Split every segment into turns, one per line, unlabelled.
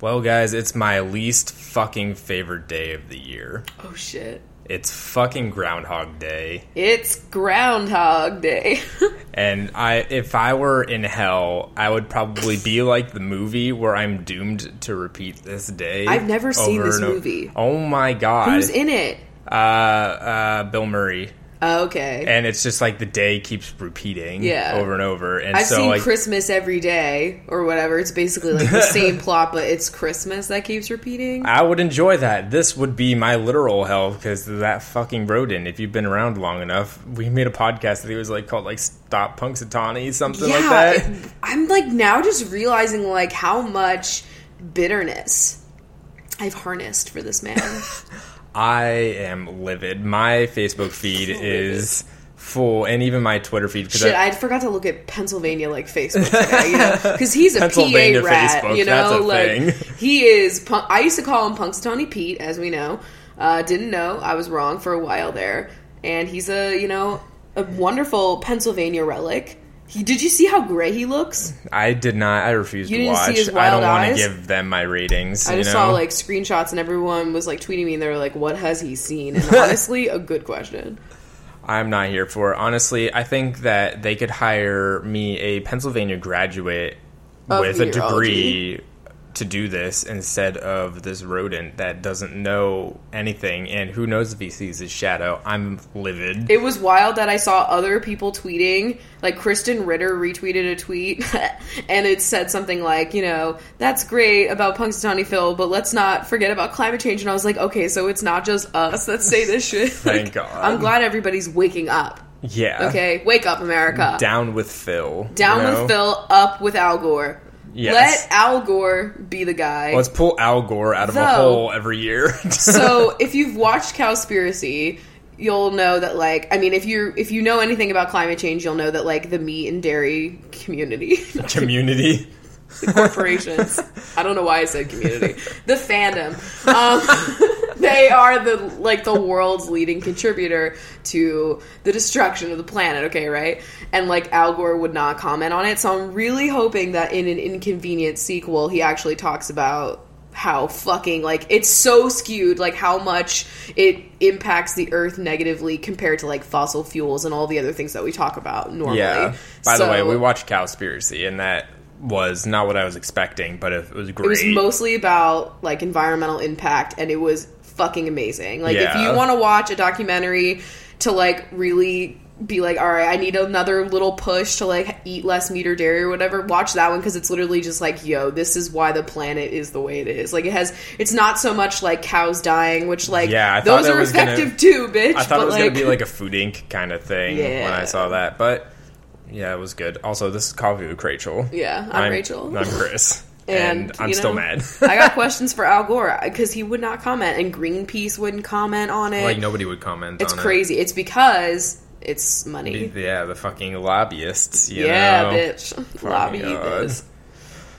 Well, guys, it's my least fucking favorite day of the year.
Oh shit.
It's fucking Groundhog Day.
It's Groundhog Day.
And I if I were in hell, I would probably be like the movie where I'm doomed to repeat this day.
I've never seen
over
this
and over-
movie.
Oh my god.
Who's in it? Oh,
uh uh Bill Murray.
Okay.
And it's just like the day keeps repeating
Yeah.
over and over. And
I've
so
seen
like
Christmas every day or whatever. It's basically like the same plot, but it's Christmas that keeps repeating.
I would enjoy that. This would be my literal hell because that fucking rodent. If you've been around long enough, we made a podcast that he was like called like Stop Punxsutawney something like that.
it- I'm like now just realizing like how much bitterness I've harnessed for this man.
I am livid. My Facebook feed is full, and even my Twitter feed because
Shit, I forgot to look at Pennsylvania like Facebook today, you know, because he's a
Pennsylvania
PA rat,
Facebook,
you
that's
know,
a
like
thing.
he is. Punk- I used to call him Punxsutawney Pete, as we know. Uh, didn't know I was wrong for a while there, and he's a you know a wonderful Pennsylvania relic. He, did you see how gray he looks?
I, did not. I refuse
You
to
didn't see
watch.
his
I don't
wild
want to
eyes?
give them my ratings.
I
you
just
know?
saw like screenshots, and everyone was like tweeting me, and they were like, "What has he seen?" And honestly, a good question.
I'm not here for. it. Honestly, I think that they could hire me a Pennsylvania graduate
Of
with a
meteorology.
degree to do this instead of this rodent that doesn't know anything and who knows if he sees his shadow. I'm livid.
It was wild that I saw other people tweeting. Like Kristen Ritter retweeted a tweet, and it said something like, "You know, that's great about Punxsutawney Phil, but let's not forget about climate change." And I was like, "Okay, so it's not just us that say this shit."
Thank
Like,
God.
I'm glad everybody's waking up.
yeah.
Okay, wake up, America.
Down with Phil. you
Down
know?
with Phil, up with Al Gore.
Yes.
Let Al Gore be the guy.
Let's pull Al Gore out of a
Though-
hole every year.
so if you've watched Cowspiracy, you'll know that like I mean if you if you know anything about climate change, you'll know that like the meat and dairy community, not
Community.
the corporations. I don't know why I said community. The fandom. Um, they are the like the world's leading contributor to the destruction of the planet. Okay, right? And like Al Gore would not comment on it, so I'm really hoping that in an inconvenient sequel, he actually talks about how fucking like it's so skewed like how much it impacts the earth negatively compared to like fossil fuels and all the other things that we talk about normally
Yeah. By the way,
So-
we watched Cowspiracy, and that was not what I was expecting, but it was great.
It was mostly about like environmental impact, and it was fucking amazing. Like if
Yeah.
you want to watch a documentary to like really be like, all right, I need another little push to like eat less meat or dairy or whatever. Watch that one because it's literally just like, yo, this is why the planet is the way it is. Like it has, it's not so much like cows dying, which like
Yeah, I thought
those
that
are
was gonna-
effective too, bitch.
I thought
but,
it was
like,
going to be like a Food Inc. kind of thing when I
Yeah.
saw that, but yeah, it was good. Also, this is Coffee with Rachel.
Yeah, I'm Rachel.
I'm Chris, and,
And,
I'm
you
still
know,
mad.
I got questions for Al Gore because he would not comment, and Greenpeace wouldn't comment on it.
like nobody would comment.
It's
on it.
crazy. It's because it's money.
Yeah, the fucking lobbyists. You
yeah,
know?
bitch. Lobby
God.
this.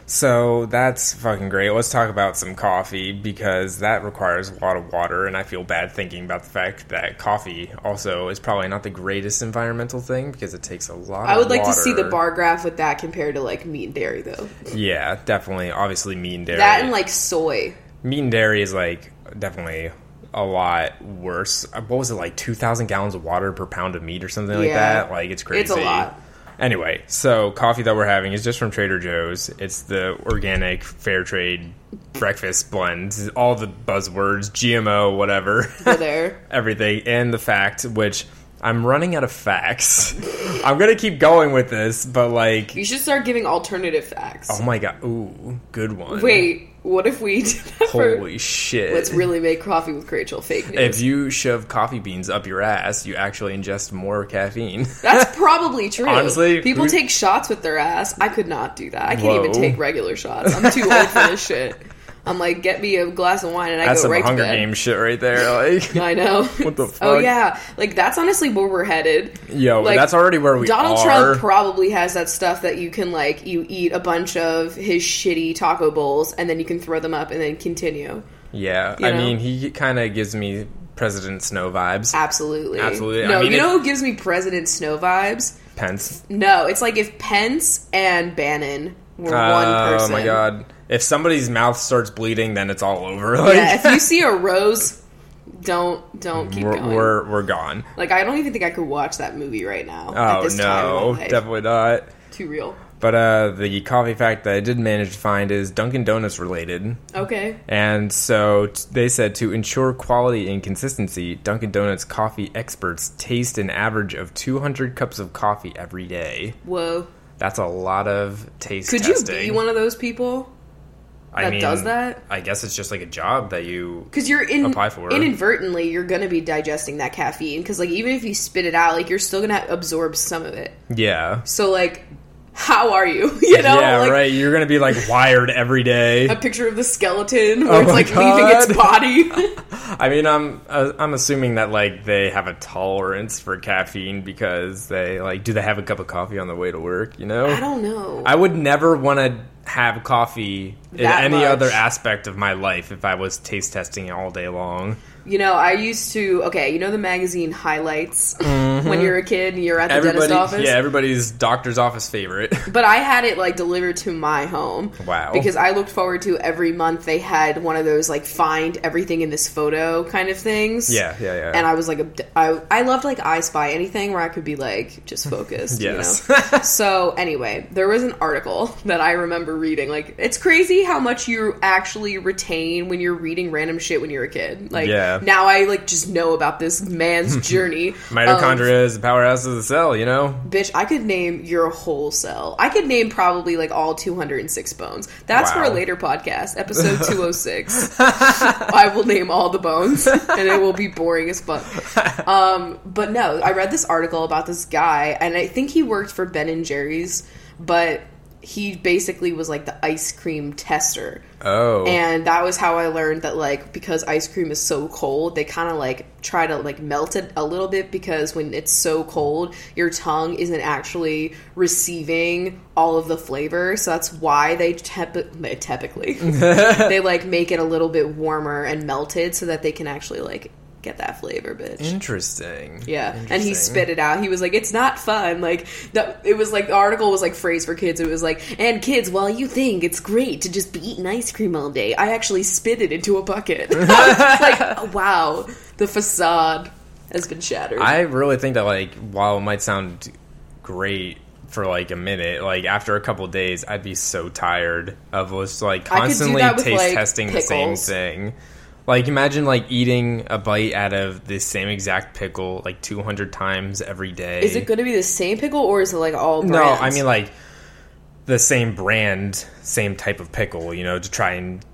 So that's fucking great. Let's talk about some coffee because that requires a lot of water, and I feel bad thinking about the fact that coffee also is probably not the greatest environmental thing because it takes a lot.
I
of
would like to see the
water.
bar graph with that compared to like meat and dairy though.
Yeah, definitely. Obviously, meat and dairy.
That and like soy.
meat and dairy is like definitely a lot worse. Uh, What was it like? Two thousand gallons of water per pound of meat or something like
Yeah.
that. Like it's crazy.
It's a lot.
Anyway, so coffee that we're having is just from Trader Joe's. It's the organic fair trade breakfast blend. All the buzzwords, GMO, whatever,
Over there.
everything, and the fact which. I'm running out of facts. I'm gonna keep going with this, but like,
You should start giving alternative facts.
oh my god, ooh, good one.
Wait, what if we did that for-
holy shit!
Let's really make coffee with Rachel fake news.
If you shove coffee beans up your ass, you actually ingest more caffeine.
That's probably true.
Honestly,
people
who-
take shots with their ass. I could not do that. I can't even
Whoa.
take regular shots. I'm too old for this shit. I'm like, get me a glass of wine and I
That's
go
some
right
Hunger
to bed.
Games shit right there. Like,
I know.
What the
Oh
fuck?
yeah, like that's honestly where we're headed.
yo,
Like,
that's already where we
Donald
are.
Trump probably has that stuff that you can like you eat a bunch of his shitty taco bowls and then you can throw them up and then continue.
Yeah,
You
I
know?
mean, he kind of gives me President Snow vibes.
Absolutely.
Absolutely. I
No,
mean,
you
it-
know who gives me President Snow vibes?
Pence.
No, it's like if Pence and Bannon were one
Oh
person.
my god! If somebody's mouth starts bleeding, then it's all over. Like,
Yeah, if you see a rose, don't don't keep
we're,
going.
we're we're gone.
Like I don't even think I could watch that movie right now. at
Oh
this time in my
no,
life.
definitely not.
too real.
But uh, the coffee fact that I did manage to find is Dunkin' Donuts related.
Okay.
And so t- they said to ensure quality and consistency, Dunkin' Donuts coffee experts taste an average of 200 cups of coffee every day.
Whoa.
That's a lot of taste
Could
testing.
you be one of those people?
I
that does that?
I guess it's just like a job that you.
Because you're in
Apply for it.
inadvertently, you're gonna be digesting that caffeine. Because like even if you spit it out, like you're still gonna absorb some of it.
Yeah.
So like, how are you? You know,
yeah,
like
right. You're gonna be like wired every day.
a picture of the skeleton where it's
Oh my
like leaving its body.
I mean, I'm uh, I'm assuming that like they have a tolerance for caffeine because they like do they have a cup of coffee on the way to work? You know,
I don't know.
I would never want to have coffee in
That
any
much.
other aspect of my life if I was taste testing all day long.
You know, I used to. Okay, you know the magazine highlights when you're a kid and you're at the
Mm-hmm. Everybody,
dentist office.
yeah, everybody's doctor's office favorite.
But I had it like delivered to my home.
Wow.
Because I looked forward to every month they had one of those like find everything in this photo kind of things.
Yeah, yeah, yeah.
And I was like, obd- I I loved like I Spy anything where I could be like just focused.
Yes.
You know? so anyway, there was an article that I remember reading. Like it's crazy how much you actually retain when you're reading random shit when you're a kid. Like
Yeah.
now I like just know about this man's journey. of-
Mitochondria is the powerhouse of the cell. You know,
Bitch, I could name your whole cell. I could name probably like all 206 bones. That's for a
Wow.
later podcast, episode 206. I will name all the bones and it will be boring as fuck. Um, but no, I read this article about this guy and I think he worked for Ben and Jerry's, but he basically was like the ice cream tester.
oh,
And that was how I learned that like because ice cream is so cold, they kind of like try to like melt it a little bit because when it's so cold, your tongue isn't actually receiving all of the flavor. So that's why they tep- typically they like make it a little bit warmer and melted so that they can actually like get that flavor, bitch.
interesting.
Yeah, and he
Interesting.
spit it out. He was like, "It's not fun." Like the, it was like the article was like phrase for kids. It was like, "And kids, while you think it's great to just be eating ice cream all day, I actually spit it into a bucket." like, wow, the facade has been shattered.
I really think that like while it might sound great for like a minute, like after a couple days, I'd be so tired of just like
I could do
constantly
that with,
taste
like,
testing the same
pickles.
thing. Like imagine like eating a bite out of the same exact pickle like 200 times every day.
is it going to be the same pickle or is it like all? Brands?
No, I mean like the same brand, same type of pickle, you know, to try and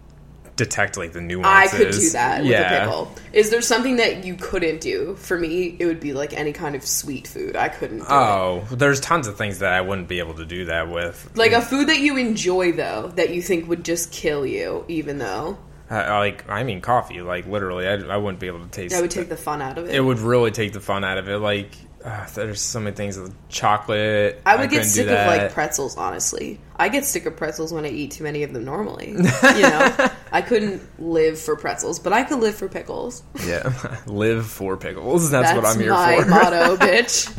detect like the
I
nuances.
could do that with
Yeah.
a pickle. Is there something that you couldn't do? For me, it would be like any kind of sweet food. I couldn't. Do it.
Oh, there's tons of things that I wouldn't be able to do that with.
Like a food that you enjoy though, that you think would just kill you, even though
I, I like I mean coffee like literally I, I wouldn't be able to taste
that would take the fun out of it.
it would really take the fun out of it like uh, there's so many things with chocolate
I would get
couldn't do
sick of like
that.
pretzels, honestly. I get sick of pretzels when I eat too many of them normally. You know, I couldn't live for pretzels, but I could live for pickles.
yeah live for pickles that's,
That's
what I'm here
my
for
motto, bitch.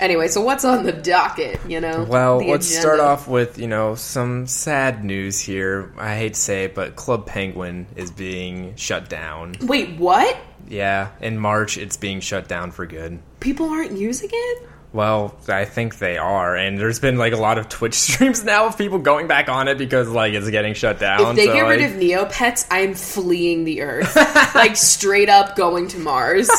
Anyway, so what's on the docket? You know,
well
The
let's
agenda.
start off with you know some sad news here I hate to say it but Club Penguin is being shut down
Wait, what?
yeah in March it's being shut down for good
People aren't using it?
Well, I think they are, and there's been like a lot of Twitch streams now of people going back on it because like it's getting shut down.
If they
so,
get rid
like-
of Neopets, I'm fleeing the earth. like straight up going to Mars.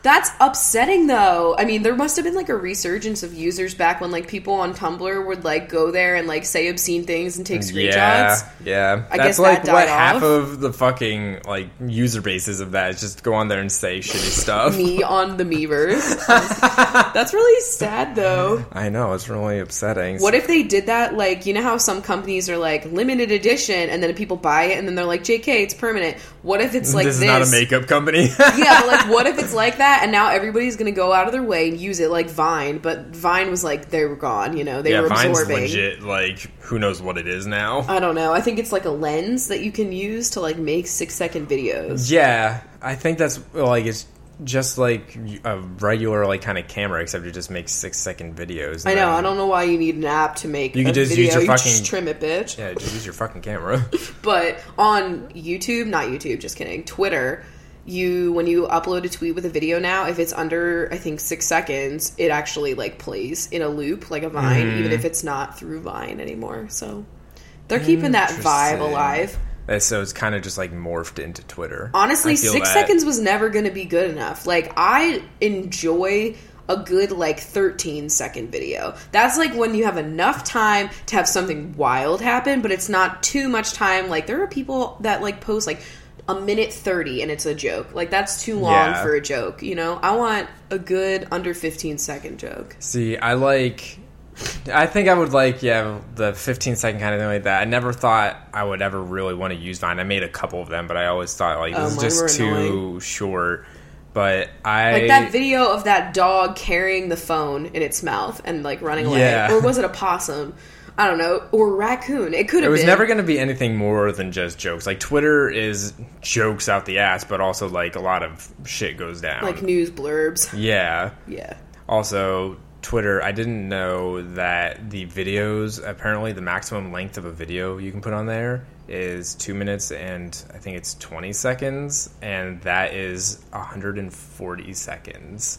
That's upsetting though. I mean, there must have been like a resurgence of users back when like people on Tumblr would like go there and like say obscene things and take screenshots.
Mm, yeah, yeah,
I guess
that's
that
like
died
what
off.
half of the fucking like user bases of that is just go on there and say shitty stuff.
Me on the Meverse. That's really sad though.
I know it's really upsetting.
What if they did that? Like, you know how some companies are like limited edition and then people buy it and then they're like, JK, it's permanent. what if it's like
this is
this?
not a makeup company.
yeah, but like, what if it's like that? And now everybody's gonna go out of their way and use it like Vine, but Vine was like they were gone. You know, they
yeah,
were
Vine's
absorbing.
legit. Like, who knows what it is now?
I don't know. I think it's like a lens that you can use to like make six second videos.
yeah, I think that's like it's just like a regular like kind of camera, except it just makes six second videos.
I
and
know.
then-
I don't know why you need an app to make.
You can
a
just
video.
use your
you
fucking-
just trim it, bitch.
Yeah, just use your fucking camera.
But on YouTube, not YouTube, just kidding. Twitter, you when you upload a tweet with a video now, if it's under I think six seconds, it actually like plays in a loop like a Vine, even if it's not through Vine anymore. So they're keeping that vibe
Interesting.
alive.
And so it's kind of just like morphed into Twitter.
Honestly,
I feel
six
that.
seconds was never going to be good enough. Like, I enjoy a good, like, 13 second video. That's like when you have enough time to have something wild happen, but it's not too much time. Like, there are people that, like, post, like, a minute 30 and it's a joke. Like, that's too long
Yeah.
for a joke, you know? I want a good under 15 second joke.
See, I like. I think I would like, yeah, the 15 second kind of thing like that. I never thought I would ever really want to use Vine. I made a couple of them, but I always thought, like,
Oh,
this
mine
is
were
just too
annoying.
short. But I.
Like that video of that dog carrying the phone in its mouth and like running away,
Yeah.
or was it a possum? I don't know, or raccoon. It could
It
have
was
been.
never going to be anything more than just jokes. Like Twitter is jokes out the ass, but also like a lot of shit goes down.
like news blurbs.
yeah.
Yeah.
Also, Twitter, I didn't know that the videos, apparently the maximum length of a video you can put on there is 2 minutes and I think it's 20 seconds and that is 140 seconds.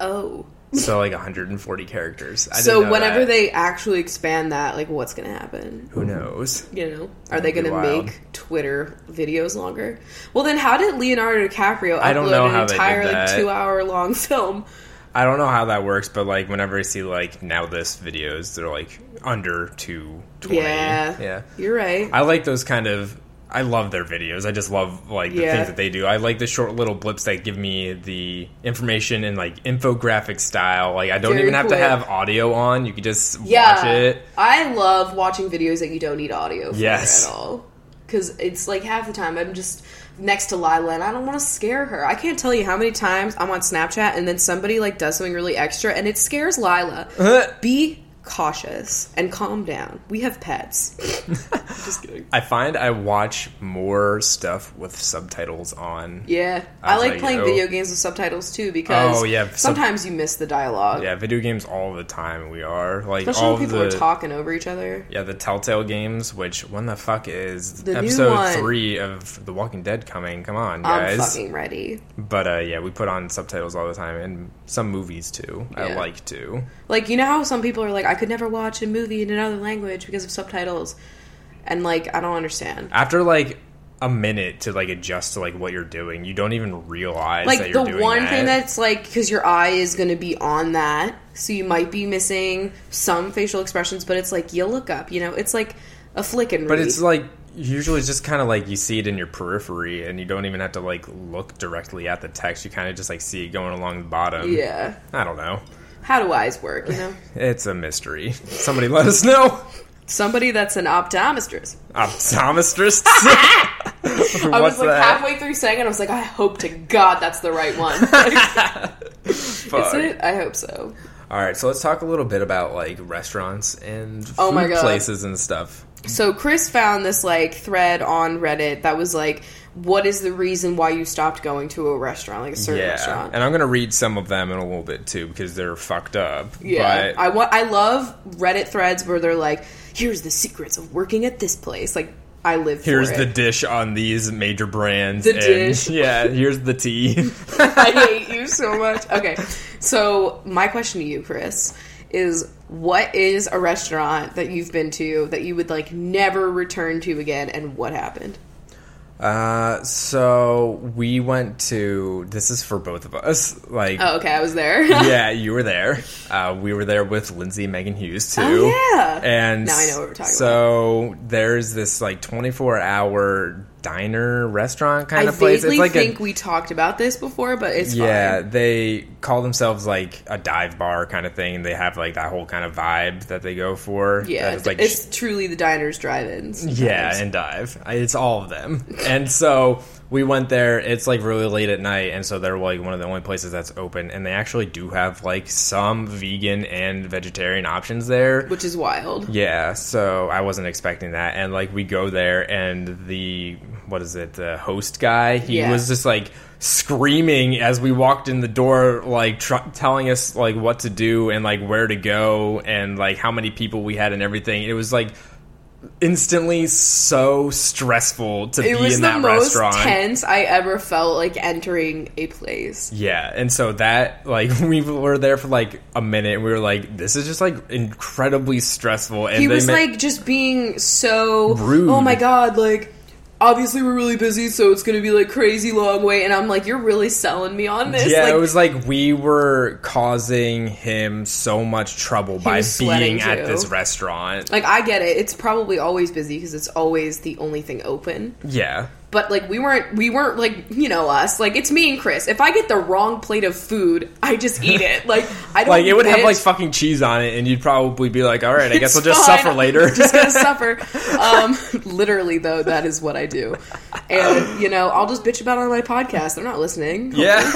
Oh.
So like 140 characters. I didn't
So
know
whenever
that.
they actually expand that, like what's going to happen?
who knows.
You know, are they
would
going
be
to
wild.
make Twitter videos longer? Well, then how did Leonardo DiCaprio upload
I don't know
an
how they did
entire like
that.
2-hour long film?
I don't know how that works, but like whenever I see like now this videos, they're like under 220.
Yeah.
Yeah.
You're right.
I like those kind of. I love their videos. I just love like the
Yeah.
things that they do. I like the short little blips that give me the information in like infographic style. Like I don't
Very
even have
quick.
to have audio on. You can just
yeah.
watch it.
I love watching videos that you don't need audio for
Yes.
at all. Cuz it's like half the time I'm just next to Lila and I don't want to scare her. I can't tell you how many times I'm on Snapchat and then somebody like does something really extra and it scares Lila. Be cautious and calm down. We have pets. Just kidding.
I find I watch more stuff with subtitles on.
Yeah,
I
I,
was
like,
like,
playing
oh.
video games with subtitles too because
Oh, yeah, sub-
sometimes you miss the dialogue,
Yeah, video games all the time. We are like
especially
all
when people
the
are talking over each other.
yeah the Telltale games. Which when the fuck is
The new
episode
one.
three of The Walking Dead coming? Come on, guys.
I'm fucking ready.
But uh, yeah, we put on subtitles all the time, and some movies too. I
Yeah.
like to.
Like you know how some people are like, I could never watch a movie in another language because of subtitles, and like I don't understand.
After like a minute to like adjust to like what you're doing, you don't even realize that
Like
you're
the
doing
one
that.
thing that's like because your eye is going to be on that, so you might be missing some facial expressions, but it's like you look up, you know, it's like a flickin'
but it's like usually it's just kind of like you see it in your periphery, and you don't even have to like look directly at the text. You kind of just like see it going along the bottom.
yeah.
I don't know.
How do eyes work? You know.
It's a mystery. Somebody let us know.
somebody that's an optometrist.
Optometrist.
I
What's
was like
that?
halfway through saying it, I was like, I hope to God that's the right one. Is
Fuck.
it? I hope so.
All right, so let's talk a little bit about like restaurants and food
Oh my God.
places and stuff.
So Chris found this like thread on Reddit that was like, what is the reason why you stopped going to a restaurant, like a certain restaurant?
and I'm gonna read some of them in a little bit too because they're fucked up.
Yeah,
but
I want. I love Reddit threads where they're like, "Here's the secrets of working at this place." Like, I live. For
here's
it.
the dish on these major brands.
The
and-
dish.
yeah. Here's the tea.
I hate you so much. Okay. So, my question to you, Chris, is what is a restaurant that you've been to that you would like never return to again and what happened?
uh, so we went to. This is for both of us. Like,
Oh, okay. I was there.
yeah, you were there. Uh, we were there with Lindsay and Megan Hughes too.
Oh, yeah.
And
Now I know what we're talking
so there's this like 24 hour diner restaurant kind
I
of place.
vaguely
It's like
think
a
we talked about this before, but it's
yeah,
fine.
they call themselves like a dive bar kind of thing. They have like that whole kind of vibe that they go for.
Yeah.
That
It's,
is, like sh-
truly the diners, drive ins.
yeah, and dive. I- It's all of them. And so we went there. It's like really late at night, and so they're like one of the only places that's open. And they actually do have like some vegan and vegetarian options there.
which is wild.
Yeah, so I wasn't expecting that. And like we go there, and the what is it? The host guy, he
Yeah.
was just like screaming as we walked in the door, like tr- telling us like what to do and like where to go and like how many people we had and everything. It was like instantly so stressful to
It
be
was
in
the
that
most
restaurant.
tense I ever felt like entering a place.
Yeah, and so that like we were there for like a minute, and we were like, "This is just like incredibly stressful." And
He
they
was
ma-
like just being so
Rude.
Oh my god, like obviously we're really busy, so it's gonna be like crazy long wait. And I'm like, you're really selling me on this.
Yeah,
like,
it was like we were causing him so much trouble by
was sweating,
being at
too.
this restaurant.
like I get it. It's probably always busy because it's always the only thing open.
yeah.
But like we weren't, we weren't like you know us. Like it's me and Chris. If I get the wrong plate of food, I just eat it. Like I don't
Like it would have
bitch.
like fucking cheese on it and you'd probably be like, "All right, I guess I'll
It's
just
fine.
suffer later."
I'm just gonna suffer. Um, literally, though, that is what I do. And you know, I'll just bitch about it on my podcast. They're not listening.
yeah.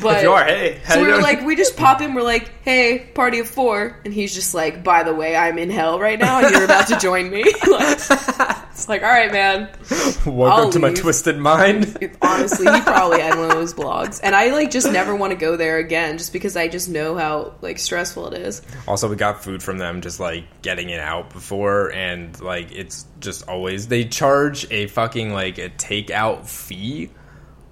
but
you are, hey. how
So
you
we were
doing?
like, we just pop in. We're like, hey, party of four, and he's just like, by the way, I'm in hell right now, and you're about to join me. Like, it's like, all right, man.
"Welcome
I'll
to my
leave.
twisted mind."
Honestly, he probably had one of those blogs, and I like just never want to go there again, just because I just know how like stressful it is.
also, we got food from them just like getting it out before and like it's just always they charge a fucking like a takeout fee.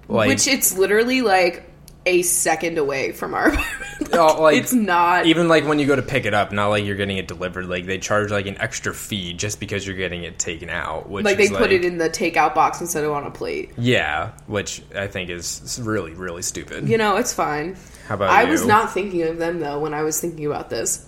Like
Which it's literally like a second away from our apartment.
Oh, like,
it's not.
even like when you go to pick it up, not like you're getting it delivered. Like they charge like an extra fee just because you're getting it taken out. Which
like they
is,
put it in the takeout box instead of on a plate.
Yeah, which I think is really really stupid.
You know, it's fine.
How about
I was
you?
not thinking of them though when I was thinking about this.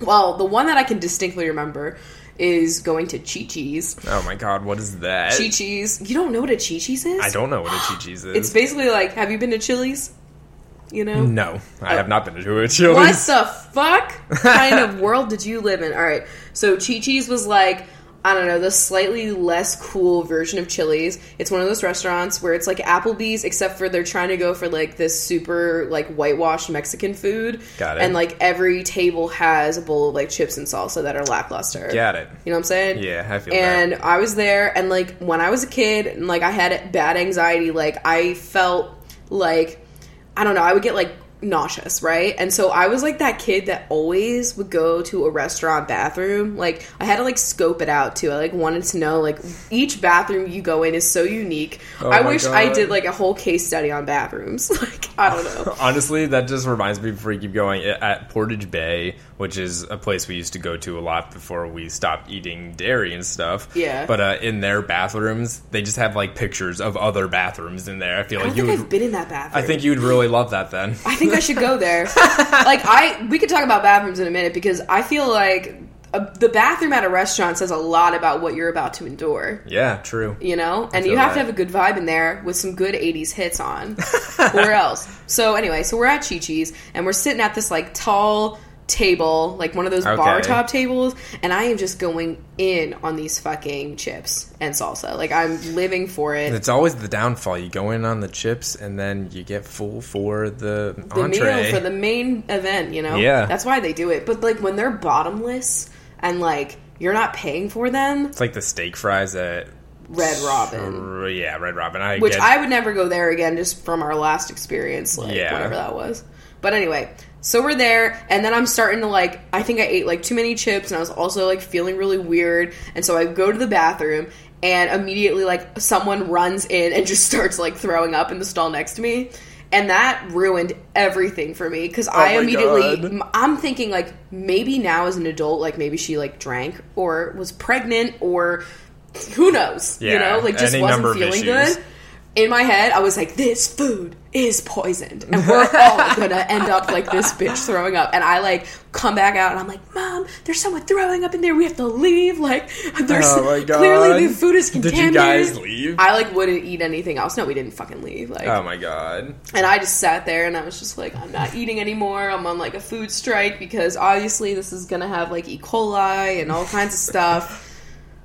Well, the one that I can distinctly remember is going to Chi Chi's.
Oh my god, what is that?
Chi Chi's. You don't know what a Chi Chi's is?
I don't know what a Chi-Chi's is.
It's basically like, have you been to Chili's? You know?
no,
Oh.
I have not been to a Chili's.
What the fuck kind of world did you live in? All right, so Chi Chi's was like, I don't know, the slightly less cool version of Chili's. It's one of those restaurants where it's like Applebee's, except for they're trying to go for like this super like whitewashed Mexican food.
Got it.
And like every table has a bowl of like chips and salsa that are lackluster.
Got it.
You know what I'm saying?
Yeah, I feel
And I was there, and like when I was a kid, and like I had bad anxiety, like I felt like I don't know, I would get like nauseous, right? And so I was like that kid that always would go to a restaurant bathroom. Like I had to like scope it out too. I like wanted to know like each bathroom you go in is so unique. I
Oh my
wish I
God.
did like a whole case study on bathrooms. like I don't know.
Honestly, that just reminds me before you keep going i- at Portage Bay, which is a place we used to go to a lot before we stopped eating dairy and stuff.
Yeah.
But uh, in their bathrooms, they just have like pictures of other bathrooms in there. I feel
I don't
like you
think
would.
I've been in that bathroom.
I think you would really love that then.
I think I should go there. like I, we could talk about bathrooms in a minute because I feel like a, the bathroom at a restaurant says a lot about what you're about to endure.
Yeah, true.
You know, and
feel
you have
that.
to have a good vibe in there with some good '80s hits on, or else. So anyway, so we're at Chi Chi's and we're sitting at this like tall table, like one of those bar
Okay.
top tables, and I am just going in on these fucking chips and salsa. Like I'm living for it.
It's always the downfall. You go in on the chips and then you get full for the,
the
entree.
meal for the main event, you know?
Yeah.
That's why they do it. But like when they're bottomless and like you're not paying for them,
it's like the steak fries at
Red Robin.
Sure, yeah, Red Robin. I
Which
get,
I would never go there again just from our last experience, like
Yeah.
whatever that was. But anyway, so we're there and then I'm starting to like I think I ate like too many chips and I was also like feeling really weird and so I go to the bathroom and immediately like someone runs in and just starts like throwing up in the stall next to me. And that ruined everything for me because I
Oh my
immediately
God.
m- I'm thinking like maybe now as an adult, like maybe she like drank or was pregnant or who knows, you
Yeah,
know, like just
any number
wasn't
of
feeling
issues.
good. In my head, I was like, this food is poisoned, and we're all gonna end up like this bitch throwing up. And I like come back out, and I'm like, Mom, there's someone throwing up in there. We have to leave. Like, there's
Oh my God.
clearly the food is
Did you
contaminated.
guys leave?
I like wouldn't eat anything else. No, we didn't fucking leave. Like,
oh my god.
and I just sat there and I was just like, I'm not eating anymore. I'm on like a food strike because obviously this is gonna have like E. coli and all kinds of stuff.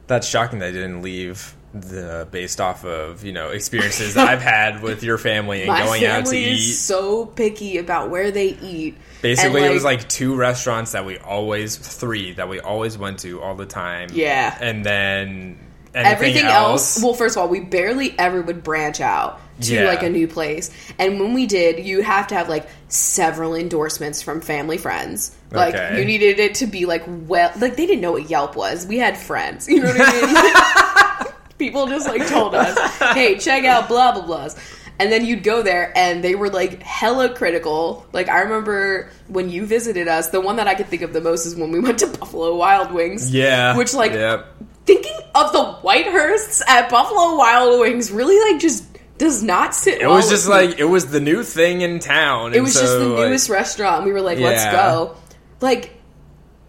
That's shocking that I didn't leave. the based off of you know experiences that I've had with your family and
My
going
family
out to eat.
is so picky about where they eat.
Basically,
And,
it was like two restaurants that we always three that we always went to all the time.
Yeah.
and then anything
everything
else.
else. Well, first of all, we barely ever would branch out to
Yeah.
like a new place, and when we did, you have to have like several endorsements from family friends. Like
Okay.
you needed it to be like well, like they didn't know what Yelp was. We had friends, you know what I mean? People just like told us, "Hey, check out blah blah blahs." And then you'd go there, and they were like hella critical. Like I remember when you visited us, the one that I could think of the most is when we went to Buffalo Wild Wings.
yeah,
which like
yep.
thinking of the Whitehursts at Buffalo Wild Wings really like just does not sit.
it was just like it was the new thing in town.
it was just the newest restaurant. And we were like, let's
Yeah.
go. Like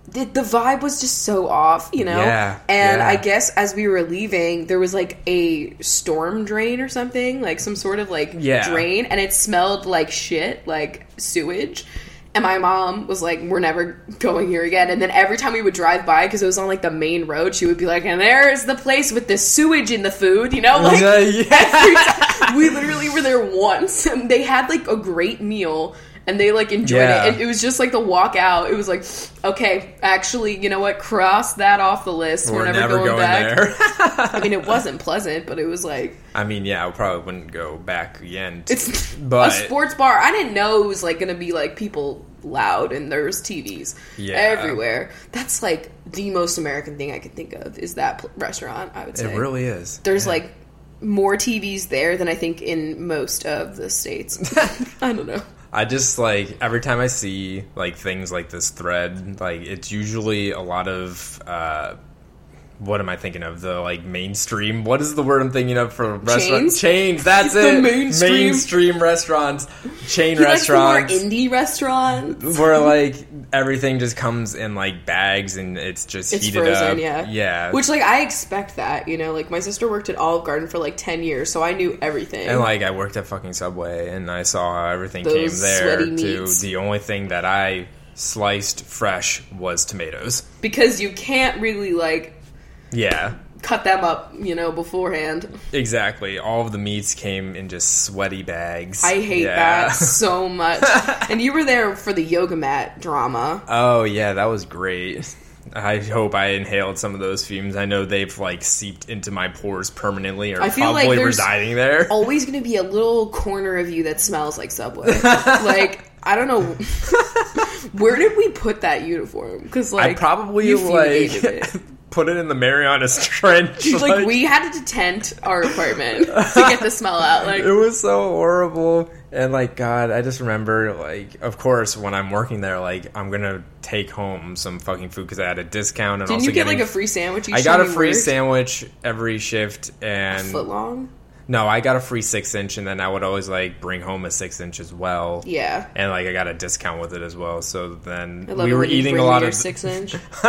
the, the vibe was just so off, you know.
Yeah,
And
yeah.
I guess as we were leaving, there was like a storm drain or something, like some sort of like
Yeah.
drain, and it smelled like shit, like sewage. And my mom was like, "We're never going here again." And then every time we would drive by, because it was on like the main road, she would be like, "And there's the place with the sewage in the food," you know, like
Yeah, yeah.
every time. we literally were there once and they had like a great meal and they like enjoyed
Yeah.
it and it was just like the walk out it was like okay actually you know what cross that off the list we're,
We're
never,
never
going,
going
back
there.
i mean it wasn't pleasant but it was like
I mean, yeah, I probably wouldn't go back again. to-
it's
But-
a sports bar i didn't know it was like gonna be like people loud and there's tvs
Yeah.
everywhere that's like the most american thing i could think of is that pl- restaurant i would
it
say
really is.
there's
Yeah.
like more TVs there than I think in most of the states. I don't know.
I just like every time I see like things like this thread, like it's usually a lot of uh what am I thinking of? The like mainstream. What is the word I'm thinking of for restaurant
Chains?
chains? That's
The
it.
mainstream.
Mainstream restaurants, chain
He likes the more
restaurants,
indie restaurants.
where like everything just comes in like bags and it's just
It's
heated
frozen,
up.
yeah.
yeah.
Which like I expect that, you know, like my sister worked at Olive Garden for like 10 years, so I knew everything.
And like I worked at fucking Subway, and I saw how everything
Those
came there.
sweaty
To
meats.
the only thing that I sliced fresh was tomatoes.
because you can't really like
Yeah,
cut them up, you know, beforehand.
exactly. All of the meats came in just sweaty bags.
I hate
Yeah.
that so much. and you were there for the yoga mat drama.
Oh yeah, that was great. I hope I inhaled some of those fumes. I know they've like seeped into my pores permanently, or
I feel like
probably
there's-
residing there.
always going to be a little corner of you that smells like Subway. like I don't know where did we put that uniform? Because
I
like
probably
you fumigated
like
it.
put it in the Marianas Trench.
like we had to detent our apartment to get the smell out. Like
it was so horrible and like god i just remember like of course when i'm working there like i'm gonna take home some fucking food because i had a discount and
didn't
also
you get
getting,
like a free sandwich? Each
i got a
time you
free
worked?
sandwich every shift and
Foot long.
no i got a free six inch and then i would always like bring home a six inch as well
Yeah.
and like i got a discount with it as well so then
I love
we
it
were
when you
eating a
bring me
lot
your
of
six inch.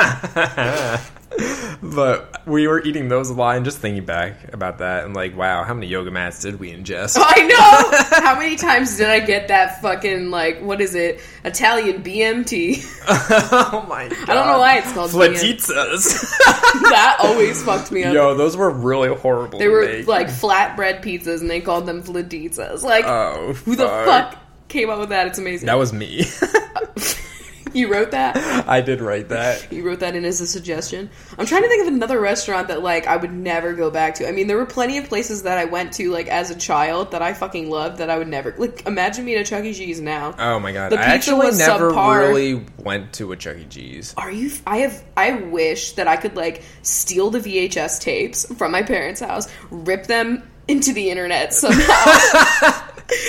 but we were eating those a lot and just thinking back about that and like wow how many yoga mats did we ingest
I know. How many times did I get that fucking like what is it Italian BMT?
oh my god
I don't know why it's called BMT.
Flatitas.
That always fucked me up.
Yo, those were really horrible.
They were like flatbread pizzas, and they called them fladitas. Like,
oh,
who the fuck came up with that? It's amazing.
That was me.
you wrote that.
I did write that.
You wrote that in as a suggestion. I'm trying to think of another restaurant that like I would never go back to. I mean, there were plenty of places that I went to like as a child that I fucking loved that I would never like. Imagine me at a Chuck E. Cheese now.
Oh my god,
The
I
pizza
actually
was
never
subpar.
really went to a Chuck E. Cheese.
Are you? f- I have. I wish that I could like steal the VHS tapes from my parents' house, rip them into the internet somehow,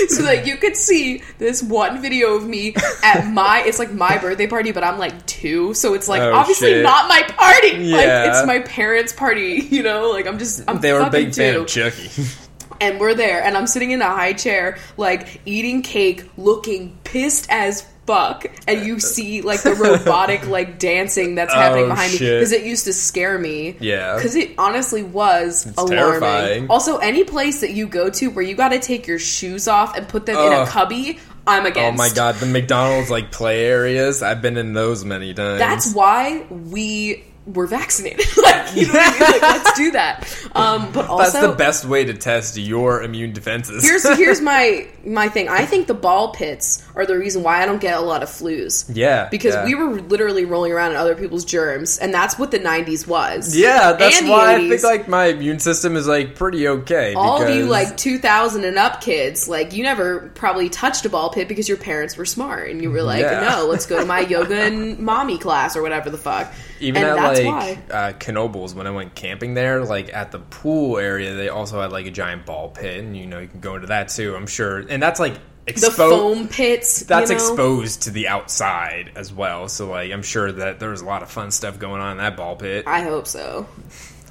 so that you could see this one video of me at my. It's like my birthday party, but I'm like two, so it's like
Oh,
obviously
shit.
not my party. Like
Yeah.
it's my parents' party. You know, like I'm just. I'm
They were a
fucking
big fan
two
of Chuck E.
and we're there and i'm sitting in a high chair like eating cake looking pissed as fuck and you see like the robotic like dancing that's happening
Oh,
behind me
shit.
because it used to scare me
Yeah.
because it honestly was alarming
terrifying.
also any place that you go to where you got to take your shoes off and put them in a
Ugh.
cubby i'm
Oh
against
my god, the McDonald's like play areas. I've been in those many times.
that's why we we're vaccinated. like, you know what I mean? Like, let's do that. Um, but also,
That's the best way to test your immune defenses.
here's here's my my thing. I think the ball pits are the reason why I don't get a lot of flus.
yeah,
Because
yeah.
we were literally rolling around in other people's germs, and that's what the '90s was.
Yeah, that's
And the
why I
80s.
think like my immune system is like pretty okay.
all of
because
you like 2000 and up kids like you never probably touched a ball pit because your parents were smart and you were like
Yeah.
no let's go to my yoga and mommy class or whatever the fuck
even
and
at
that's
like
why
uh Knobles when I went camping there, like at the pool area, they also had like a giant ball pit, and you know you can go into that too. I'm sure, and that's like
the
exposed.
foam pits
that's
you know?
exposed to the outside as well. So like I'm sure that there was a lot of fun stuff going on in that ball pit. I,
i hope so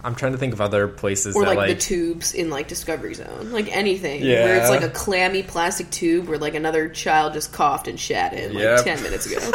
am trying to think of other places
or
that
like,
like,
the tubes in like discovery zone like anything
Yeah.
where it's like a clammy plastic tube where like another child just coughed and shat in like
Yep.
10 minutes ago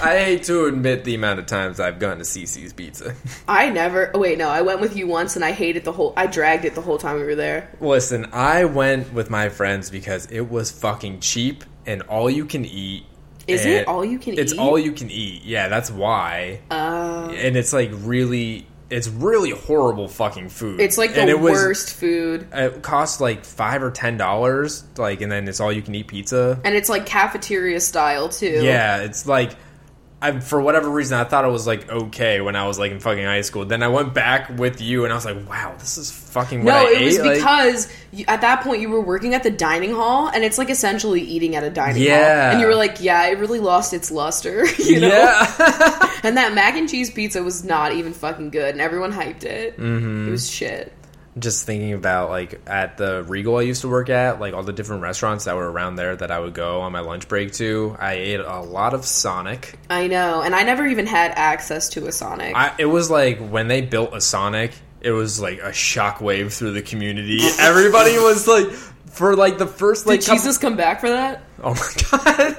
I hate to admit the amount of times I've gone to CC's Pizza.
i never oh wait no i went with you once and i hated the whole i dragged it the whole time we were there
Listen, I went with my friends because it was fucking cheap and all you can eat.
Is
And-
it all you can
It's
eat? Oh.
all you can eat. Yeah, that's why. and it's like really, it's really horrible fucking food.
it's like the
and it was-
worst food
It cost like five or ten dollars, like, and then it's all you can eat pizza.
and it's like cafeteria style too.
Yeah, it's like I for whatever reason I thought it was like okay when I was like in fucking high school. Then I went back with you and I was like, wow, this is fucking what
No,
I
it was
ate, like-
because you, at that point you were working at the dining hall, and it's like essentially eating at a dining hall.
Yeah.
And you were like, "Yeah, it really lost its luster," you know.
yeah.
And that mac and cheese pizza was not even fucking good, and everyone hyped it. Mm-hmm. It was shit.
just thinking about like at the Regal I used to work at, like all the different restaurants that were around there that I would go on my lunch break to. I ate a lot of Sonic.
I know, and I never even had access to a Sonic.
I, it was like when they built a Sonic, it was like a shockwave through the community. Everybody was like, for like the first like
Did
couple-
Jesus come back for that?
Oh my god.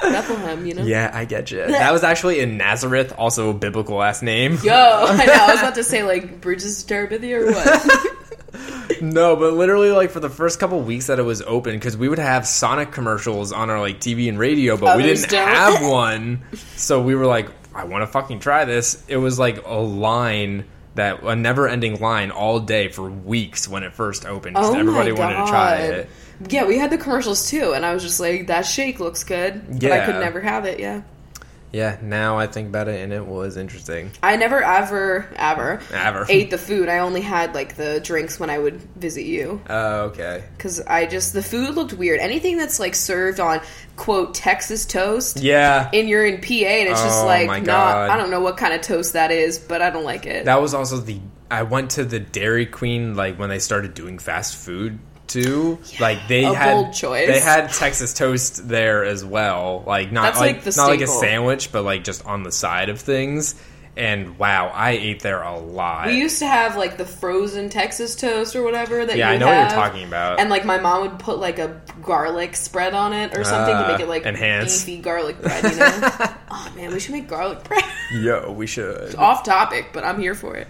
Bethlehem, you know.
Yeah, I get you. That was actually in Nazareth, also a biblical last name.
Yo, I know. I was about to say like Bridges to Terabithia or what?
No, but literally, like for the first couple weeks that it was open, because we would have Sonic commercials on our like TV and radio, but we
Others
didn't
don't.
have one. So we were like, I want to fucking try this. It was like a line that a never-ending line all day for weeks when it first opened. Just
Oh my
everybody wanted to try
God.
it.
Yeah, we had the commercials too, and I was just like, that shake looks good. But I could
Yeah.
never have it, yeah.
Yeah, now I think about it, and it was interesting.
I never ever ever
Ever.
ate the food. I only had like the drinks when I would visit you
Oh, okay.
cuz I just the food looked weird. Anything that's like served on quote Texas toast
Yeah,
and you're in PA and it's just
Oh
like
my
not
God.
I don't know what kind of toast that is, but I don't like it.
that was also the. I went to the Dairy Queen like when they started doing fast food too. Like they
A
had
bold choice.
They had Texas toast there as well. Like not
That's,
like,
like, the
not like a
staple.
sandwich, but like just on the side of things. And wow, I ate there a lot.
we used to have like the frozen Texas toast or whatever that
yeah,
you
I know
would
what you're
have.
talking about.
And like my mom would put like a garlic spread on it or something to
Ah,
make it like
enhance.
beefy garlic bread, you know? oh man, we should make garlic bread.
Yo, we should.
Off topic, but I'm here for it.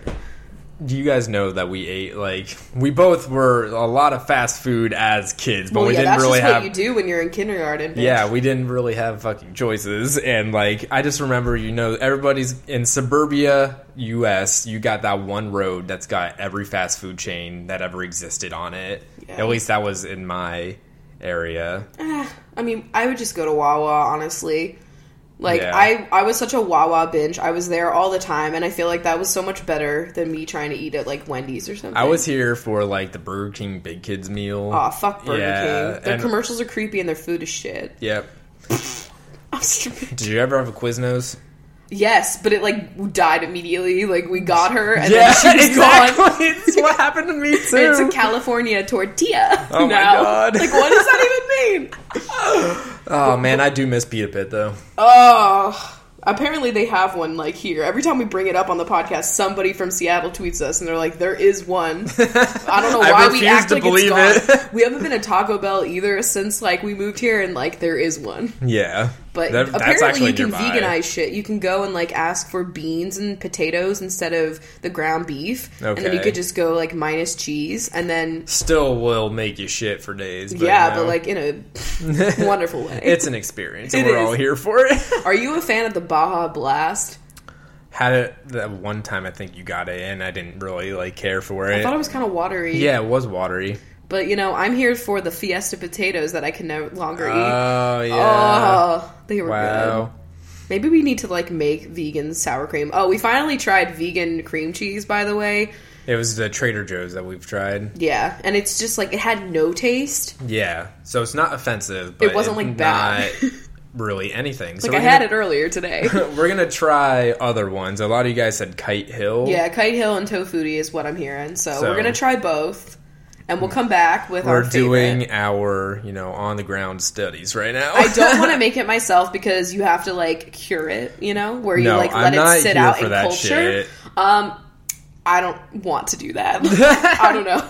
Do you guys know that we ate like we both were a lot of fast food as kids, but
Well,
we
yeah,
didn't
that's
really
just
have
what you do when you're in kindergarten. bitch.
Yeah, we didn't really have fucking choices. And like, I just remember, you know, everybody's in suburbia US, you got that one road that's got every fast food chain that ever existed on it.
Yeah.
At least that was in my area.
I mean, I would just go to Wawa, honestly. Like
Yeah.
I, I was such a Wawa binge. I was there all the time, and I feel like that was so much better than me trying to eat at like Wendy's or something.
I was here for like the Burger King Big Kids meal.
Aw, fuck Burger
Yeah,
King. Their
and-
commercials are creepy and their food is shit.
Yep.
I'm stupid.
Did you ever have a Quiznos?
Yes, but it like died immediately. Like we got her, and then she was gone.
That's what happened to me too.
It's a California tortilla.
Oh my
now.
God.
Like what does that even mean?
oh man, I do miss Pita Pit though.
Oh, apparently they have one like here. Every time we bring it up on the podcast, somebody from Seattle tweets us and they're like, "There is one." I don't know
I
why we
refuse
act
to
like
believe
it's gone.
it.
we haven't been to Taco Bell either since like we moved here, and like there is one.
Yeah,
But
That-
apparently you can
nearby.
veganize shit. You can go and like ask for beans and potatoes instead of the ground beef, and then you
Okay.
could just go like minus cheese, and then.
Still will make you shit for days. But
Yeah,
no.
but like in a wonderful way.
It's an experience. and
It
we're
is.
all here for it.
Are you a fan of the Baja Blast?
Had it that one time. I think you got it, and I didn't really like care for
I
it.
thought it was kind of watery.
Eh. yeah, it was watery.
But you know, I'm here for the fiesta potatoes that I can no longer eat.
Oh yeah.
Oh, they were good.
wow.
Maybe we need to like make vegan sour cream. Oh, we finally tried vegan cream cheese, by the way.
It was the Trader Joe's that we've tried.
Yeah, and it's just like it had no taste.
Yeah. So it's not offensive, but
wasn't,
it's
like, bad.
not really anything. so
Like I
we're
had
gonna-
it earlier today.
We're gonna try other ones. A lot of you guys said Kite Hill.
yeah, Kite Hill and Tofuti is what I'm hearing. So,
So-
we're gonna try both, and we'll come back with
We're
our favorite.
doing our, you know, on the ground studies right now.
I don't want to make it myself because you have to like cure it, you know, where you
No,
like
I'm
let
not
it sit
here
out
for
in
that
culture.
shit.
Um, I don't want to do that. I don't know.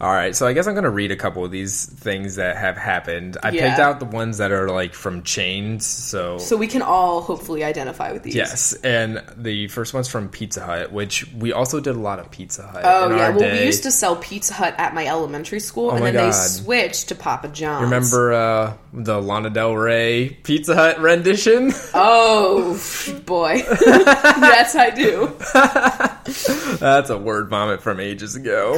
All right, so I guess I'm gonna read a couple of these things that have happened. I
Yeah.
picked out the ones that are like from chains, so.
So we can all hopefully identify with these.
Yes, and the first one's from Pizza Hut, which we also did a lot of Pizza Hut.
Oh
in
yeah.
our
Well,
day. Oh
we used to sell Pizza Hut at my elementary school, and
my
then they
God.
switched to Papa John's.
remember uh, the Lana Del Rey Pizza Hut rendition.
Oh boy, yes I do.
That's a word vomit from ages ago.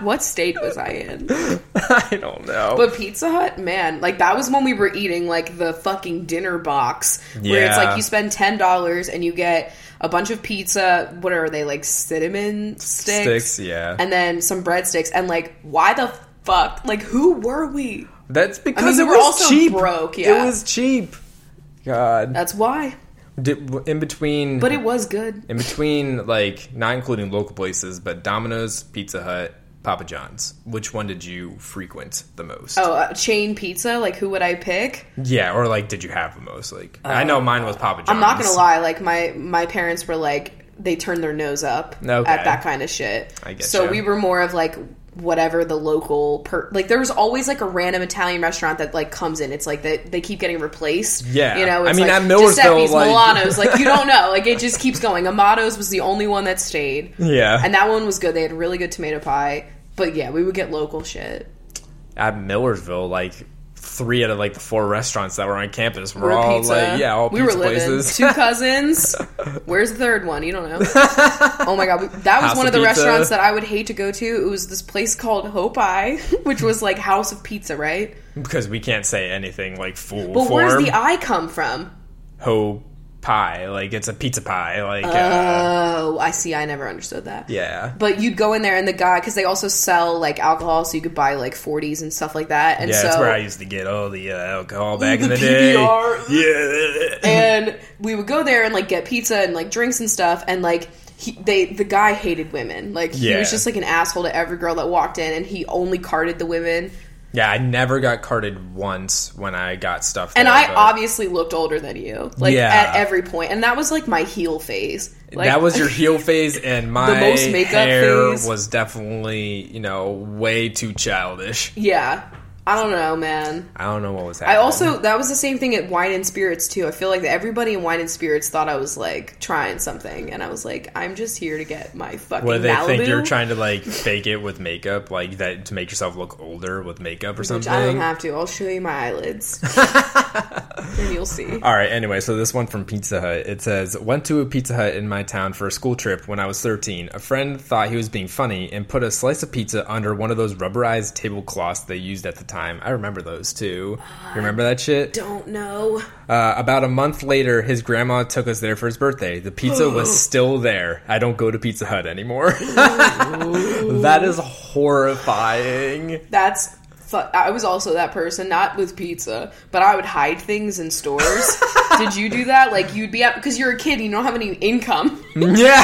What state was I in?
I don't know.
But Pizza Hut, man, like that was when we were eating like the fucking dinner box where
Yeah.
it's like you spend ten dollars and you get a bunch of pizza. What are they like cinnamon sticks?
Sticks, yeah.
and then some breadsticks. And like, why the fuck? Like, who were we?
That's because
mean,
it
we were
was
also
cheap.
broke, yeah.
It was cheap. God.
That's why.
Did, in between,
But it was good.
in between, like not including local places, but Domino's, Pizza Hut, Papa John's. Which one did you frequent the most?
Oh, uh, chain pizza. Like, who would I pick?
Yeah, or like, did you have the most? Like, I know mine was Papa John's.
Um, I'm not gonna lie. Like my my parents were like they turned their nose up
Okay.
at that kind of shit.
I get
so
ya.
we were more of like whatever the local per like there was always like a random Italian restaurant that like comes in. It's like that they, keep getting replaced.
Yeah.
you know.
I
It's
mean,
like
at Millersville,
Giuseppe's,
like-
Milano's. Like you don't know. Like it just keeps going. Amato's was the only one that stayed.
Yeah.
and that one was good. They had really good tomato pie. But yeah, we would get local shit.
At Millersville, like three out of like the four restaurants that were on campus were
We're
all
pizza.
like, yeah, all
we
pizza
were living.
places.
Two cousins. Where's the third one? You don't know. Oh my god, we- that was
House
one of
of
the
Pizza.
restaurants that I would hate to go to. It was this place called Hope I, which was like House of Pizza, right?
because we can't say anything like full
But
form.
where's the I come from?
ho pie. Like it's a pizza pie. Like uh,
Oh, I see. I never understood that.
yeah,
But you'd go in there and the guy, because they also sell like alcohol, so you could buy like 40s and stuff like that. And
yeah.
so
that's where I used to get all the uh, alcohol back in
the
the day.
PBR.
Yeah.
and we would go there and like get pizza and like drinks and stuff and like he, they the guy hated women like he
Yeah.
was just like an asshole to every girl that walked in and he only carded the women
yeah, I never got carded once when I got stuff.
and
there,
I
but
obviously looked older than you like
Yeah.
at every point and that was like my heel phase like,
that was your heel phase, and my
most makeup
hair
phase.
was definitely you know way too childish.
yeah I don't know man
I don't know what was
I
happening.
also that was the same thing at Wine and Spirits too. I feel like that everybody in Wine and Spirits thought I was like trying something, and I was like, I'm just here to get my fucking.
Where they
Malibu.
think you're trying to like fake it with makeup, like that to make yourself look older with makeup or
Which
something.
I don't have to. I'll show you my eyelids. and you'll see.
All right, anyway, so this one from Pizza Hut. It says, Went to a Pizza Hut in my town for a school trip when I was 13. A friend thought he was being funny and put a slice of pizza under one of those rubberized tablecloths they used at the time. I remember those too. You remember that shit?
Don't know.
Uh, about a month later, his grandma took us there for his birthday. The pizza was still there. I don't go to Pizza Hut anymore. that is horrifying.
That's. Fu- I was also that person, not with pizza, but I would hide things in stores. Did you do that? Like you'd be out because you're a kid, and you don't have any income,
Yeah.